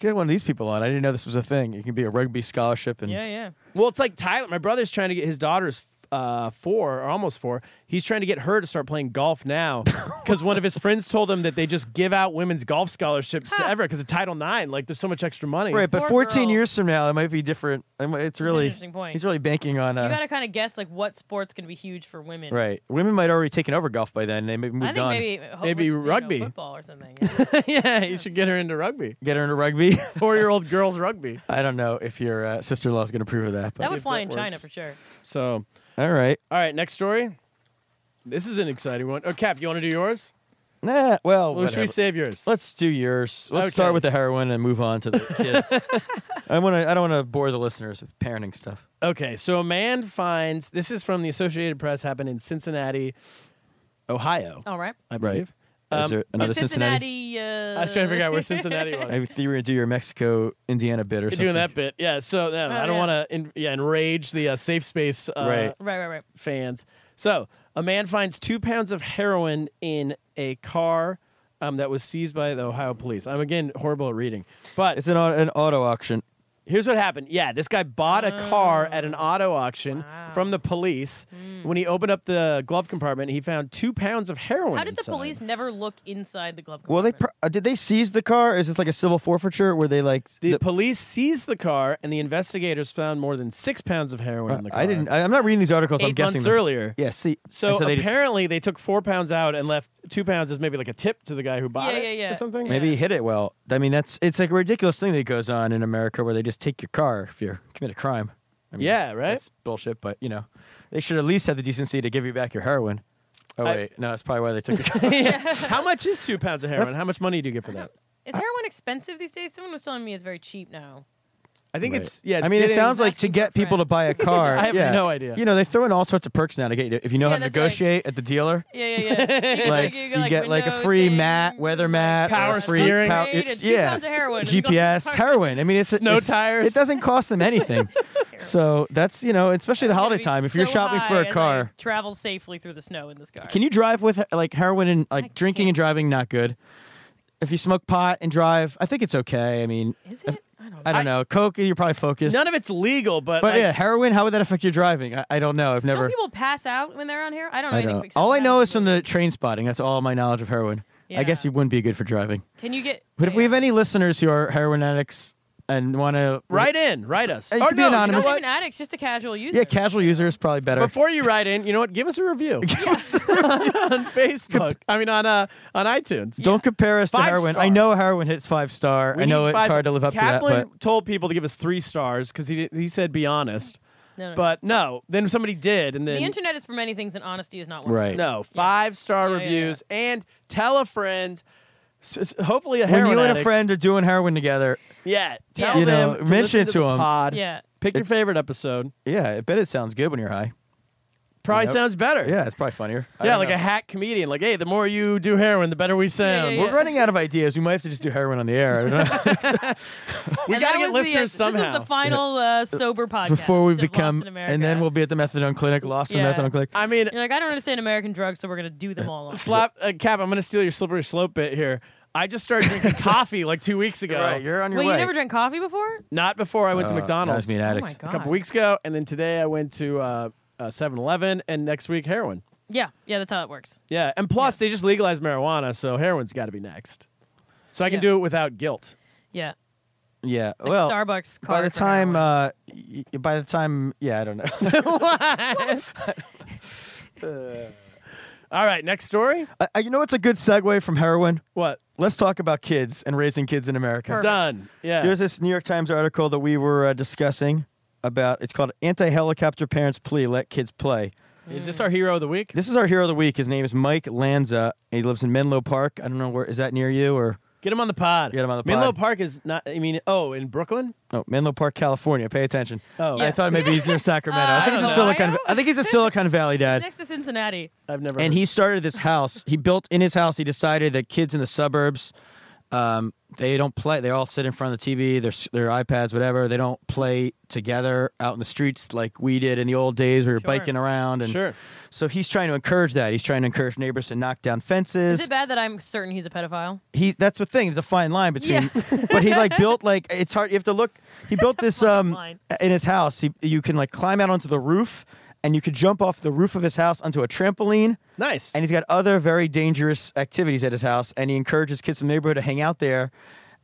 C: Get one of these people on. I didn't know this was a thing. You can be a rugby scholarship and
F: Yeah, yeah.
B: Well, it's like Tyler. My brother's trying to get his daughter's uh, four or almost four. He's trying to get her to start playing golf now because one of his friends told him that they just give out women's golf scholarships to
F: Huh.
B: ever because of Title IX. Like, there's so much extra money.
C: Right, but
F: Poor
C: 14
F: girl.
C: years from now, it might be different. It might- It's really
F: interesting point.
C: He's really banking on uh,
F: You got to kind of guess like what sport's going to be huge for women.
C: right. Women might already taken over golf by then. They maybe moved
F: I think
C: on.
F: maybe ho-
B: Maybe
F: you know,
B: rugby.
F: football or something. yeah.
B: yeah, you should get her into rugby.
C: Get her into rugby.
B: Four year old girls rugby.
C: I don't know if your uh, sister-in-law is going to approve of that. But
F: that would
B: if
F: fly
B: that
F: in China
B: works.
F: for sure.
B: So,
C: all right.
B: all right, next story. This is an exciting one. Oh, Cap, you want to do yours?
C: Nah. Well,
B: Or should we
C: whatever.
B: save yours?
C: Let's do yours. Let's
B: Okay.
C: start with the heroin and move on to the kids. I want to. I don't want to bore the listeners with parenting stuff.
B: Okay, so a man finds this is from the Associated Press, happened in Cincinnati, Ohio,
F: All right.
B: I believe.
C: Is
B: Um,
C: there another
F: Is
C: Cincinnati?
F: Cincinnati. uh,
B: I was trying to figure out where Cincinnati was.
C: I think you were gonna do your Mexico Indiana bit or
B: You're
C: something.
B: doing that bit, yeah. So yeah, I don't
F: Oh, yeah.
B: want to, yeah, enrage the uh, safe space uh,
C: Right.
F: Right, right, right.
B: fans. So a man finds two pounds of heroin in a car um, that was seized by the Ohio police. I'm again horrible at reading, but
C: It's an au- an auto auction.
B: Here's what happened. Yeah, this guy bought a car at an auto
F: Oh,
B: auction from the police.
F: Hmm.
B: When he opened up the glove compartment, he found two pounds of heroin.
F: How did the
B: inside.
F: police never look inside the glove
C: Well, they
F: compartment?
C: pr- uh, did they seize the car? Is this like a civil forfeiture where they like?
B: The,
C: the-
B: police seized the car, and the investigators found more than six pounds of heroin in the car.
C: I didn't. I, I'm not reading these articles.
B: 8
C: I'm guessing
B: months
C: them.
B: earlier.
C: Yeah. See.
B: So,
C: and they just-
B: apparently they took four pounds out and left two pounds as maybe like a tip to the guy who bought
F: Yeah,
B: it
F: yeah, yeah.
B: or something.
C: maybe he hit it well. I mean, that's it's like a ridiculous thing that goes on in America where they just take your car if you commit a crime. I mean,
B: Yeah, right?
C: That's bullshit. But you know, they should at least have the decency to give you back your heroin. Oh
B: I-
C: wait, no, that's probably why they took. Your-
B: Yeah. How much is two pounds of heroin?
C: That's-
B: How much money do you get for that?
F: Is heroin expensive these days? Someone was telling me it's very cheap now.
B: I think
C: Right.
B: it's yeah. It's
C: I mean, it
B: getting-
C: sounds like to
F: asking
C: get
F: for a
C: people to
F: friend.
C: buy a car.
B: I have
C: yeah.
B: no idea.
C: You know, they throw in all sorts of perks now to get you if you know
F: Yeah,
C: how to
F: that's right.
C: negotiate at the dealer.
F: Yeah, yeah, yeah. You get,
C: Like
F: you
C: you
F: get, like,
C: get like a
F: window
C: free
F: things,
C: mat, weather mat, or a
B: Power
C: free
B: steering.
C: pow-
F: Great,
C: it's,
F: and two
C: yeah,
F: pounds of heroin.
C: GPS heroin. I mean, it's
B: Snow
C: it's-
B: tires.
C: It doesn't cost them anything. so that's you know, especially the
F: Gotta
C: holiday
F: be
C: time. If you're
F: so
C: shopping for
F: high
C: a
F: as I
C: car,
F: travel safely through the snow in this car.
C: can you drive with like heroin and like
F: I
C: drinking and driving? Not good. If you smoke pot and drive, I think it's okay. I mean,
F: Is it? I don't know.
C: I don't know. Coke, you're probably focused.
B: none of it's legal, but
C: but
B: like,
C: yeah, heroin. How would that affect your driving? I, I don't know. I've never.
F: Don't people pass out when they're on here? I don't know
C: I
F: anything.
C: don't.
F: except
C: All I
F: that
C: know
F: from
C: is from the
F: movies.
C: train spotting. That's all my knowledge of heroin. I guess
F: Yeah.
C: it wouldn't be good for driving.
F: Can you get?
C: But if we
F: yeah.
C: have any listeners who are heroin addicts and want to
B: write in, write us.
C: It
B: Or
C: could be
B: no, you know
F: not
C: anonymous.
B: what?
F: even addicts, just a casual user.
C: yeah, casual user is probably better.
B: Before you write in, you know what? Give us a review. Give us a review on Facebook. I mean, on uh, on iTunes.
C: Don't compare us to
B: Five
C: heroin.
B: star.
C: I know heroin hits five star.
B: We
C: I know
B: need
C: it's
B: five-
C: hard to live up
B: Kaplan
C: to that,
B: told people to give us three stars because he did, he said be honest,
F: No, no.
B: but no. Then somebody did, and then
F: the internet is for many things, and honesty is not
C: but
F: one.
C: right.
B: no five star
F: Yeah, yeah, yeah.
B: reviews and tell a friend. s- s- Hopefully, a
C: When
B: heroin
C: you and a
B: addict.
C: friend are doing heroin together,
B: yeah, tell
C: You know,
B: them, listen
C: mention it
B: to
C: to
B: the
C: 'em.
B: Pod.
F: Yeah.
B: pick your
C: It's-
B: favorite episode.
C: yeah, I bet it sounds good when you're high.
B: Probably
C: Yep.
B: sounds better.
C: Yeah, it's probably funnier. I
B: yeah,
C: don't
B: like
C: know.
B: a hack comedian. Like, hey, the more you do heroin, the better we sound.
F: yeah,
C: We're running out of ideas. We might have to just do heroin on the air. I don't know.
B: We
F: And
B: got to get
F: that was the, uh,
B: listeners somehow.
F: This was the final uh, sober podcast
C: Before we
F: of Lost
C: become,
F: in America.
C: and then we'll be at the methadone clinic, lost in
F: Yeah.
C: methadone clinic.
B: I mean,
F: You're like, I don't understand American drugs, so we're gonna do them all. off.
B: slap uh, cap. I'm gonna steal your slippery slope bit here. I just started drinking coffee like two weeks ago.
C: Right, you're on your
F: Wait,
C: way.
F: you never drank coffee before?
B: Not before I went to
C: Uh,
B: McDonald's
C: that was me an
F: Oh
C: addict.
F: my god.
B: a couple weeks ago, and then today I went to uh, uh, 7-Eleven, and next week heroin.
F: Yeah, yeah, that's how it works.
B: Yeah, and plus they just legalized marijuana, so heroin's got to be next. So I can
F: Yeah.
B: do it without guilt.
F: Yeah,
C: Yeah.
F: like
C: well,
F: Starbucks. Card
C: by the
F: for
C: time,
F: heroin.
C: uh, y- y- by the time, yeah, I don't know.
B: All All right, next story.
C: Uh, you know what's a good segue from heroin?
B: What?
C: Let's talk about kids and raising kids in America.
F: Perfect.
B: Done. Yeah.
C: There's this New York Times article that we were uh, discussing about. It's called "Anti Helicopter Parents Plea: Let Kids Play."
B: Is this our hero of the week?
C: This is our hero of the week. His name is Mike Lanza. He lives in Menlo Park. I don't know where is that near you or
B: Get him on the pod.
C: Get him on the
B: Menlo
C: pod.
B: Park is not. I mean, oh, in Brooklyn.
C: no Menlo Park, California. Pay attention.
B: Oh,
C: I thought maybe he's near Sacramento.
F: Uh,
C: I think
F: I
C: he's a
F: don't know.
C: Silicon. I think he's a Silicon Valley dad.
F: Next to Cincinnati.
B: I've never.
C: and
B: heard-
C: he started this house. He built in his house. He decided that kids in the suburbs, um, they don't play. They all sit in front of the TV, their their iPads, whatever. They don't play together out in the streets like we did in the old days. We were biking around, and
B: Sure.
C: So he's trying to encourage that. He's trying to encourage neighbors to knock down fences
F: Is it bad that I'm certain he's a pedophile?
C: he that's the thing. There's a fine line between.
F: Yeah.
C: but he like built like it's hard. You have to look. He built this um
F: line.
C: in his house. He, you can like climb out onto the roof, and you could jump off the roof of his house onto a trampoline.
B: Nice.
C: And he's got other very dangerous activities at his house, and he encourages kids from the neighborhood to hang out there.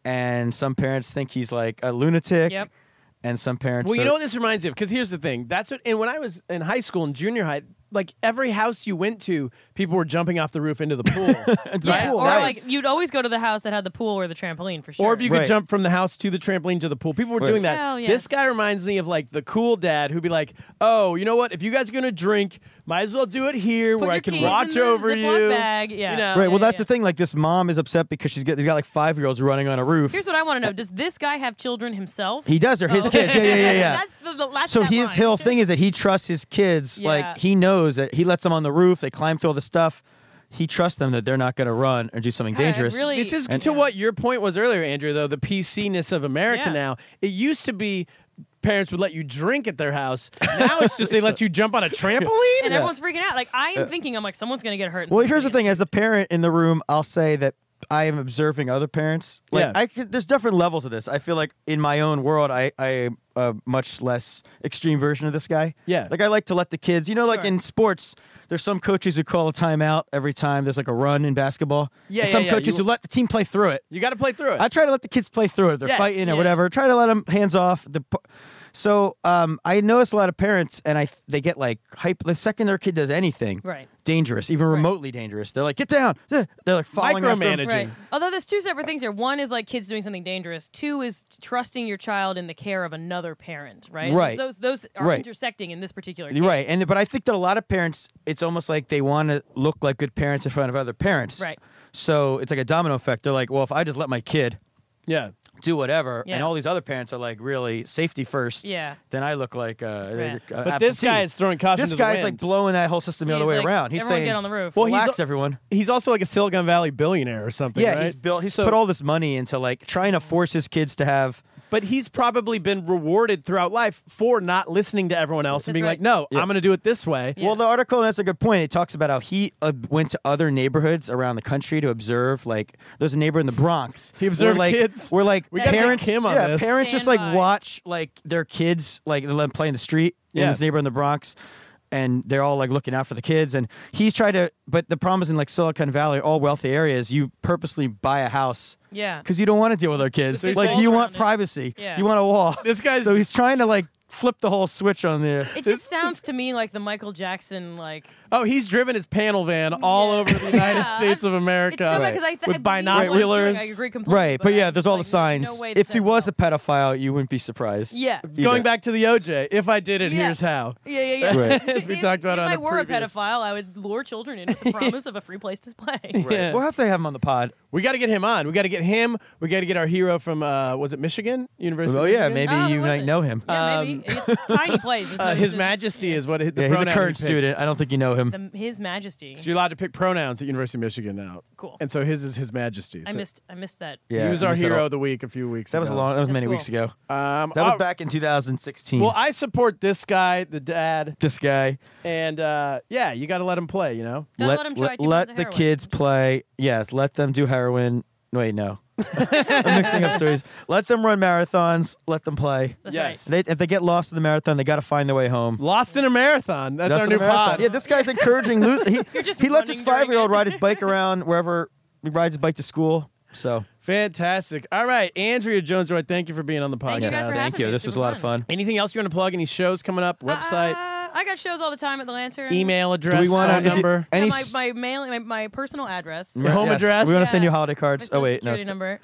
C: And some parents think he's like a lunatic.
F: Yep.
C: And some parents.
B: Well, you
C: are-
B: know what this reminds me of? Because here's the thing. That's what. And when I was in high school and junior high, like every house you went to, people were jumping off the roof into the pool.
F: Yeah.
C: Cool,
F: or
C: nice.
F: like you'd always go to the house that had the pool or the trampoline for sure.
B: Or if you could
C: Right.
B: jump from the house to the trampoline to the pool. People were doing that.
F: Hell yes.
B: This guy reminds me of like the cool dad who'd be like, "Oh, you know what? If you guys are gonna drink, might as well do it here
F: Put
B: where I
F: your
B: can
F: keys
B: watch
F: in the
B: over
F: Ziploc
B: you."
F: bag. Yeah.
B: You know?
C: Right.
F: Yeah,
C: Well, that's the
F: yeah.
C: thing. Like this mom is upset because she's got he's got like five year olds running on a roof.
F: Here's what I want to know: Does this guy have children himself?
C: he does. They're his kids. Yeah, yeah, yeah, yeah.
F: that's the, the last.
C: so
F: that
C: his
F: line.
C: whole thing is that he trusts his kids.
F: Yeah.
C: Like he knows that he lets them on the roof. They climb through all the stuff. He trusts them that they're not going to run or do something
F: God, I
C: dangerous.
F: really-
B: This is
F: And-
B: to what your point was earlier, Andrew. Though the PC ness of America
F: Yeah.
B: now, it used to be parents would let you drink at their house. Now it's just they let you jump on a trampoline.
F: and everyone's freaking out. Like I am thinking, I'm like, someone's gonna get hurt. and
C: Well,
F: someone's
C: here's the
F: gonna
C: thing. As the parent in the room, I'll say that I am observing other parents. Like
B: Yeah.
C: I could, there's different levels of this. I feel like in my own world, I I am a much less extreme version of this guy.
B: Yeah.
C: Like I like to let the kids. You know, like
F: Sure.
C: in sports, there's some coaches who call a timeout every time there's like a run in basketball.
B: Yeah,
C: And
B: yeah,
C: Some
B: yeah.
C: coaches
B: You-
C: who let the team play through it.
B: you got to play through it.
C: I try to let the kids play through it. They're
B: Yes,
C: fighting
B: yeah.
C: or whatever. Try to let them hands off. The p- so um, I notice a lot of parents, and I they get like hype the second their kid does anything
F: Right.
C: dangerous, even remotely dangerous. They're like, get down. They're like following after 'em.
B: Micromanaging.
F: Right. Although there's two separate things here. One is like kids doing something dangerous. Two is trusting your child in the care of another parent. Right.
C: Right.
F: Those those are
C: Right.
F: intersecting in this particular.
C: You're Right, and but I think that a lot of parents, it's almost like they want to look like good parents in front of other parents.
F: Right.
C: So it's like a domino effect. They're like, well, if I just let my kid
B: yeah.
C: do whatever,
F: Yeah.
C: and all these other parents are like really safety first.
F: Yeah.
C: Then I look like uh,
F: Right.
C: uh,
B: But this
C: absentee.
B: guy is throwing caution
C: This
B: to the
C: guy's like
B: wind.
C: blowing that whole system the
F: He's
C: other way
F: like,
C: around. He's
F: "Everyone
C: saying,
F: get on the roof."
B: Well, he's-
C: relax, everyone.
B: He's also like a Silicon Valley billionaire or something.
C: Yeah,
B: right?
C: he's built. He's
B: So-
C: put all this money into like trying to force his kids to have.
B: But he's probably been rewarded throughout life for not listening to everyone else and
F: That's
B: being
F: right.
B: like, "No,
C: Yeah.
B: I'm going to do it this way."
F: Yeah.
C: Well, the article and that's a good point. It talks about how he uh, went to other neighborhoods around the country to observe. Like, there's a neighbor in the Bronx.
B: He observed
C: where, like,
B: kids.
C: Where like
B: We gotta
C: parents,
B: link him on
C: yeah,
B: this.
C: parents just
F: Stand
C: like
F: by.
C: watch like their kids like they let them play in the street
B: Yeah.
C: in this neighbor in the Bronx. And they're all like looking out for the kids, and he's tried to. But the problem is in like Silicon Valley, all wealthy areas, you purposely buy a house
F: Yeah.
C: because you don't want to deal with our kids.
F: So he's
C: like
F: saying-
C: you want
F: Yeah.
C: privacy.
F: Yeah.
C: You want a wall.
B: This guy's-
C: so he's trying to like flip the whole switch on there.
F: It just sounds to me like the Michael Jackson like.
B: Oh, he's driven his panel van all
F: Yeah.
B: over the United
F: Yeah,
B: States of America
F: It's so bad because I th- I
B: with
F: believe what he's doing.
B: binoculars.
F: I agree completely.
C: Right, but yeah,
F: I'm
C: there's
F: just
C: all
F: like,
C: the signs.
F: No way that
C: if he
F: that's
C: was a
F: real.
C: pedophile, you wouldn't be surprised.
F: Yeah.
B: Going back to the OJ, if I did it,
F: Yeah.
B: here's how.
F: Yeah, yeah, yeah.
C: Right.
B: As we
F: If-
B: talked about
F: if
B: on
F: I
B: a
F: were
B: previous-
F: a pedophile, I would lure children in with the promise of a free place to play.
B: Yeah.
C: We'll have to have him on the pod.
B: We got to get him on. We got to get him. We got to get our hero from uh, was it Michigan University?
C: Oh
B: of
C: yeah,
B: Michigan?
C: maybe
F: Oh,
C: you
F: was
C: might
F: it?
C: know him. Um,
F: Yeah, maybe. It's a tiny place. There's
B: Uh,
F: no-
B: His
F: there's-
B: Majesty is what the
C: yeah, he's a
B: pronoun he
C: current
B: picked.
C: student. I don't think you know him.
F: the- His Majesty.
B: So you're allowed to pick pronouns at University of Michigan now.
F: Cool.
B: And so his is His Majesty.
F: I
B: So
F: missed. I missed that.
C: yeah,
B: he was
C: I
B: our
C: missed that
B: hero
C: all-
B: of the week a few weeks.
C: That was a
B: ago.
C: long. That was
F: That's
C: many
F: cool.
C: weeks ago.
B: Um,
C: That was
B: all-
C: back in 2016.
B: Well, I support this guy, the dad,
C: this guy.
B: and uh, yeah, you got to let him play. You know,
F: Don't let him try too much
C: let
F: of
C: the
F: heroin.
C: kids play. Yes, let them do heroin. Wait, no. I'm mixing up stories. Let them run marathons. Let them play.
F: That's
B: Yes.
F: right.
C: They, if they get lost in the marathon, they got to find their way home.
B: Lost in a Marathon. That's
C: That's
B: our
C: the
B: new
C: marathon.
B: pod.
C: Yeah, this guy's encouraging. Lo- he
F: just
C: he lets his five
F: running during
C: year old
F: it.
C: ride his bike around wherever he rides his bike to school. So
B: Fantastic. All right, Andrea Jones Roy, thank you for being on the podcast.
F: Thank you guys for having
C: thank you.
F: me.
C: This was
F: Super
C: a lot of fun.
B: Anything else you want to plug? Any shows coming up? Website?
F: Uh, I got shows all the time at the Lantern.
B: Email address,
C: Do we want
B: phone
C: to
B: number,
F: Yeah,
C: Any
F: my,
C: s-
F: my mail, my, my personal address.
B: your home
C: yes,
B: address.
C: We want to send you
F: Yeah.
C: holiday
F: My
C: cards.
F: social
C: Oh wait, no.
F: security number.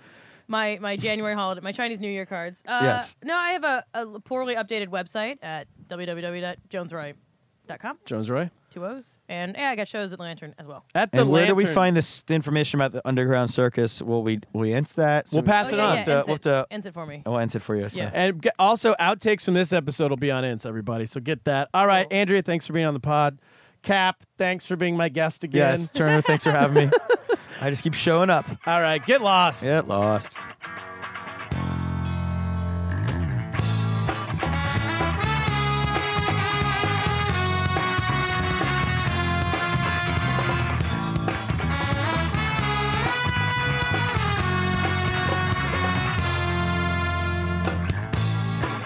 F: My my January holiday, my Chinese New Year cards. Uh,
C: Yes.
F: No, I have a, a poorly updated website at www.jonesroy.com.
B: Jones Roy.
F: Two O's. And yeah, I got shows at Lantern as well.
B: At the
C: And where do we
B: Lantern.
C: find this the information about the underground circus? Will we we answer that?
B: We'll pass
F: Oh,
B: it
F: yeah,
B: on.
F: yeah,
C: We'll have to- we'll
F: ends
C: have
F: it-
C: to-
F: ends it for me.
C: Oh, I'll answer it for you. so.
F: Yeah.
B: And g- also, outtakes from this episode will be on Ints, everybody. So get that. All right, Andrea, thanks for being on the pod. Cap, thanks for being my guest again.
C: Yes, Turner, thanks for having me. I just keep showing up.
B: All right, get lost.
C: Get lost.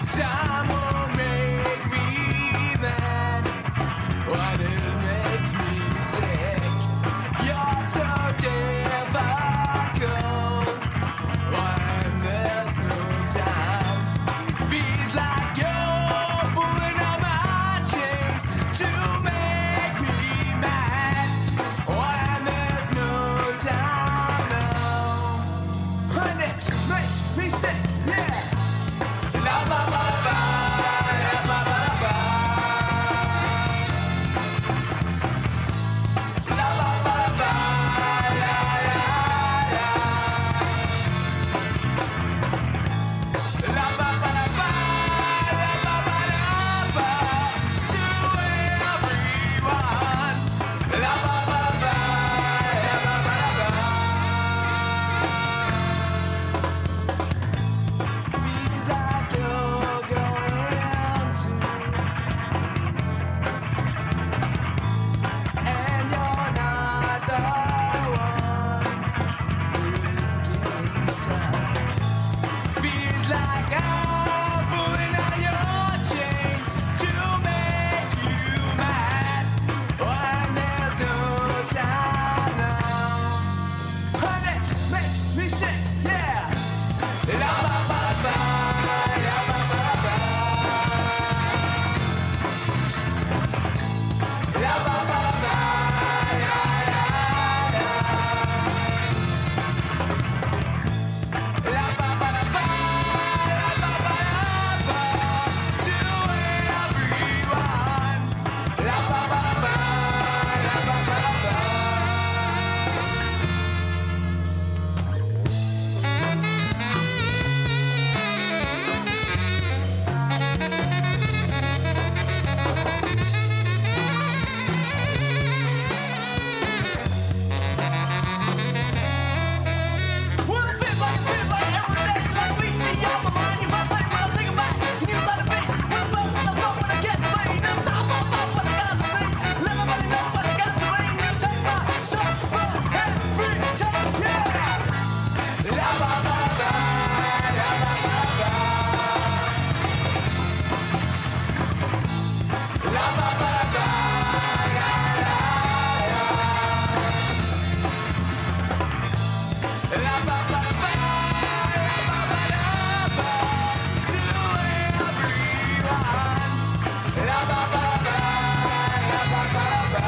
D: Time won't make me mad. What it makes me sick. You're so difficult. When there's no time, feels like you're pulling on my chain to make me mad. When there's no time now, and it makes me sick. Yeah. La ba ba ba, la ba ba ba. La ba ba ba, la la la. La ba ba ba, la ba ba ba. To everyone. La ba ba ba, la ba ba ba. These are no going to And you're not the one who is getting tired Feels like I'm pulling on your chain to make you mad When there's no time now And it makes me sick, yeah La ba ba ba, la ba ba ba. La ba ba ba, la la la. La ba ba ba, la ba ba ba. To everyone. La ba ba ba, la ba ba ba. La ba ba ba, la ba ba ba. La ba ba ba, la la la. La ba ba ba, la ba ba da ba, to everyone. La ba ba ba, la ba ba ba.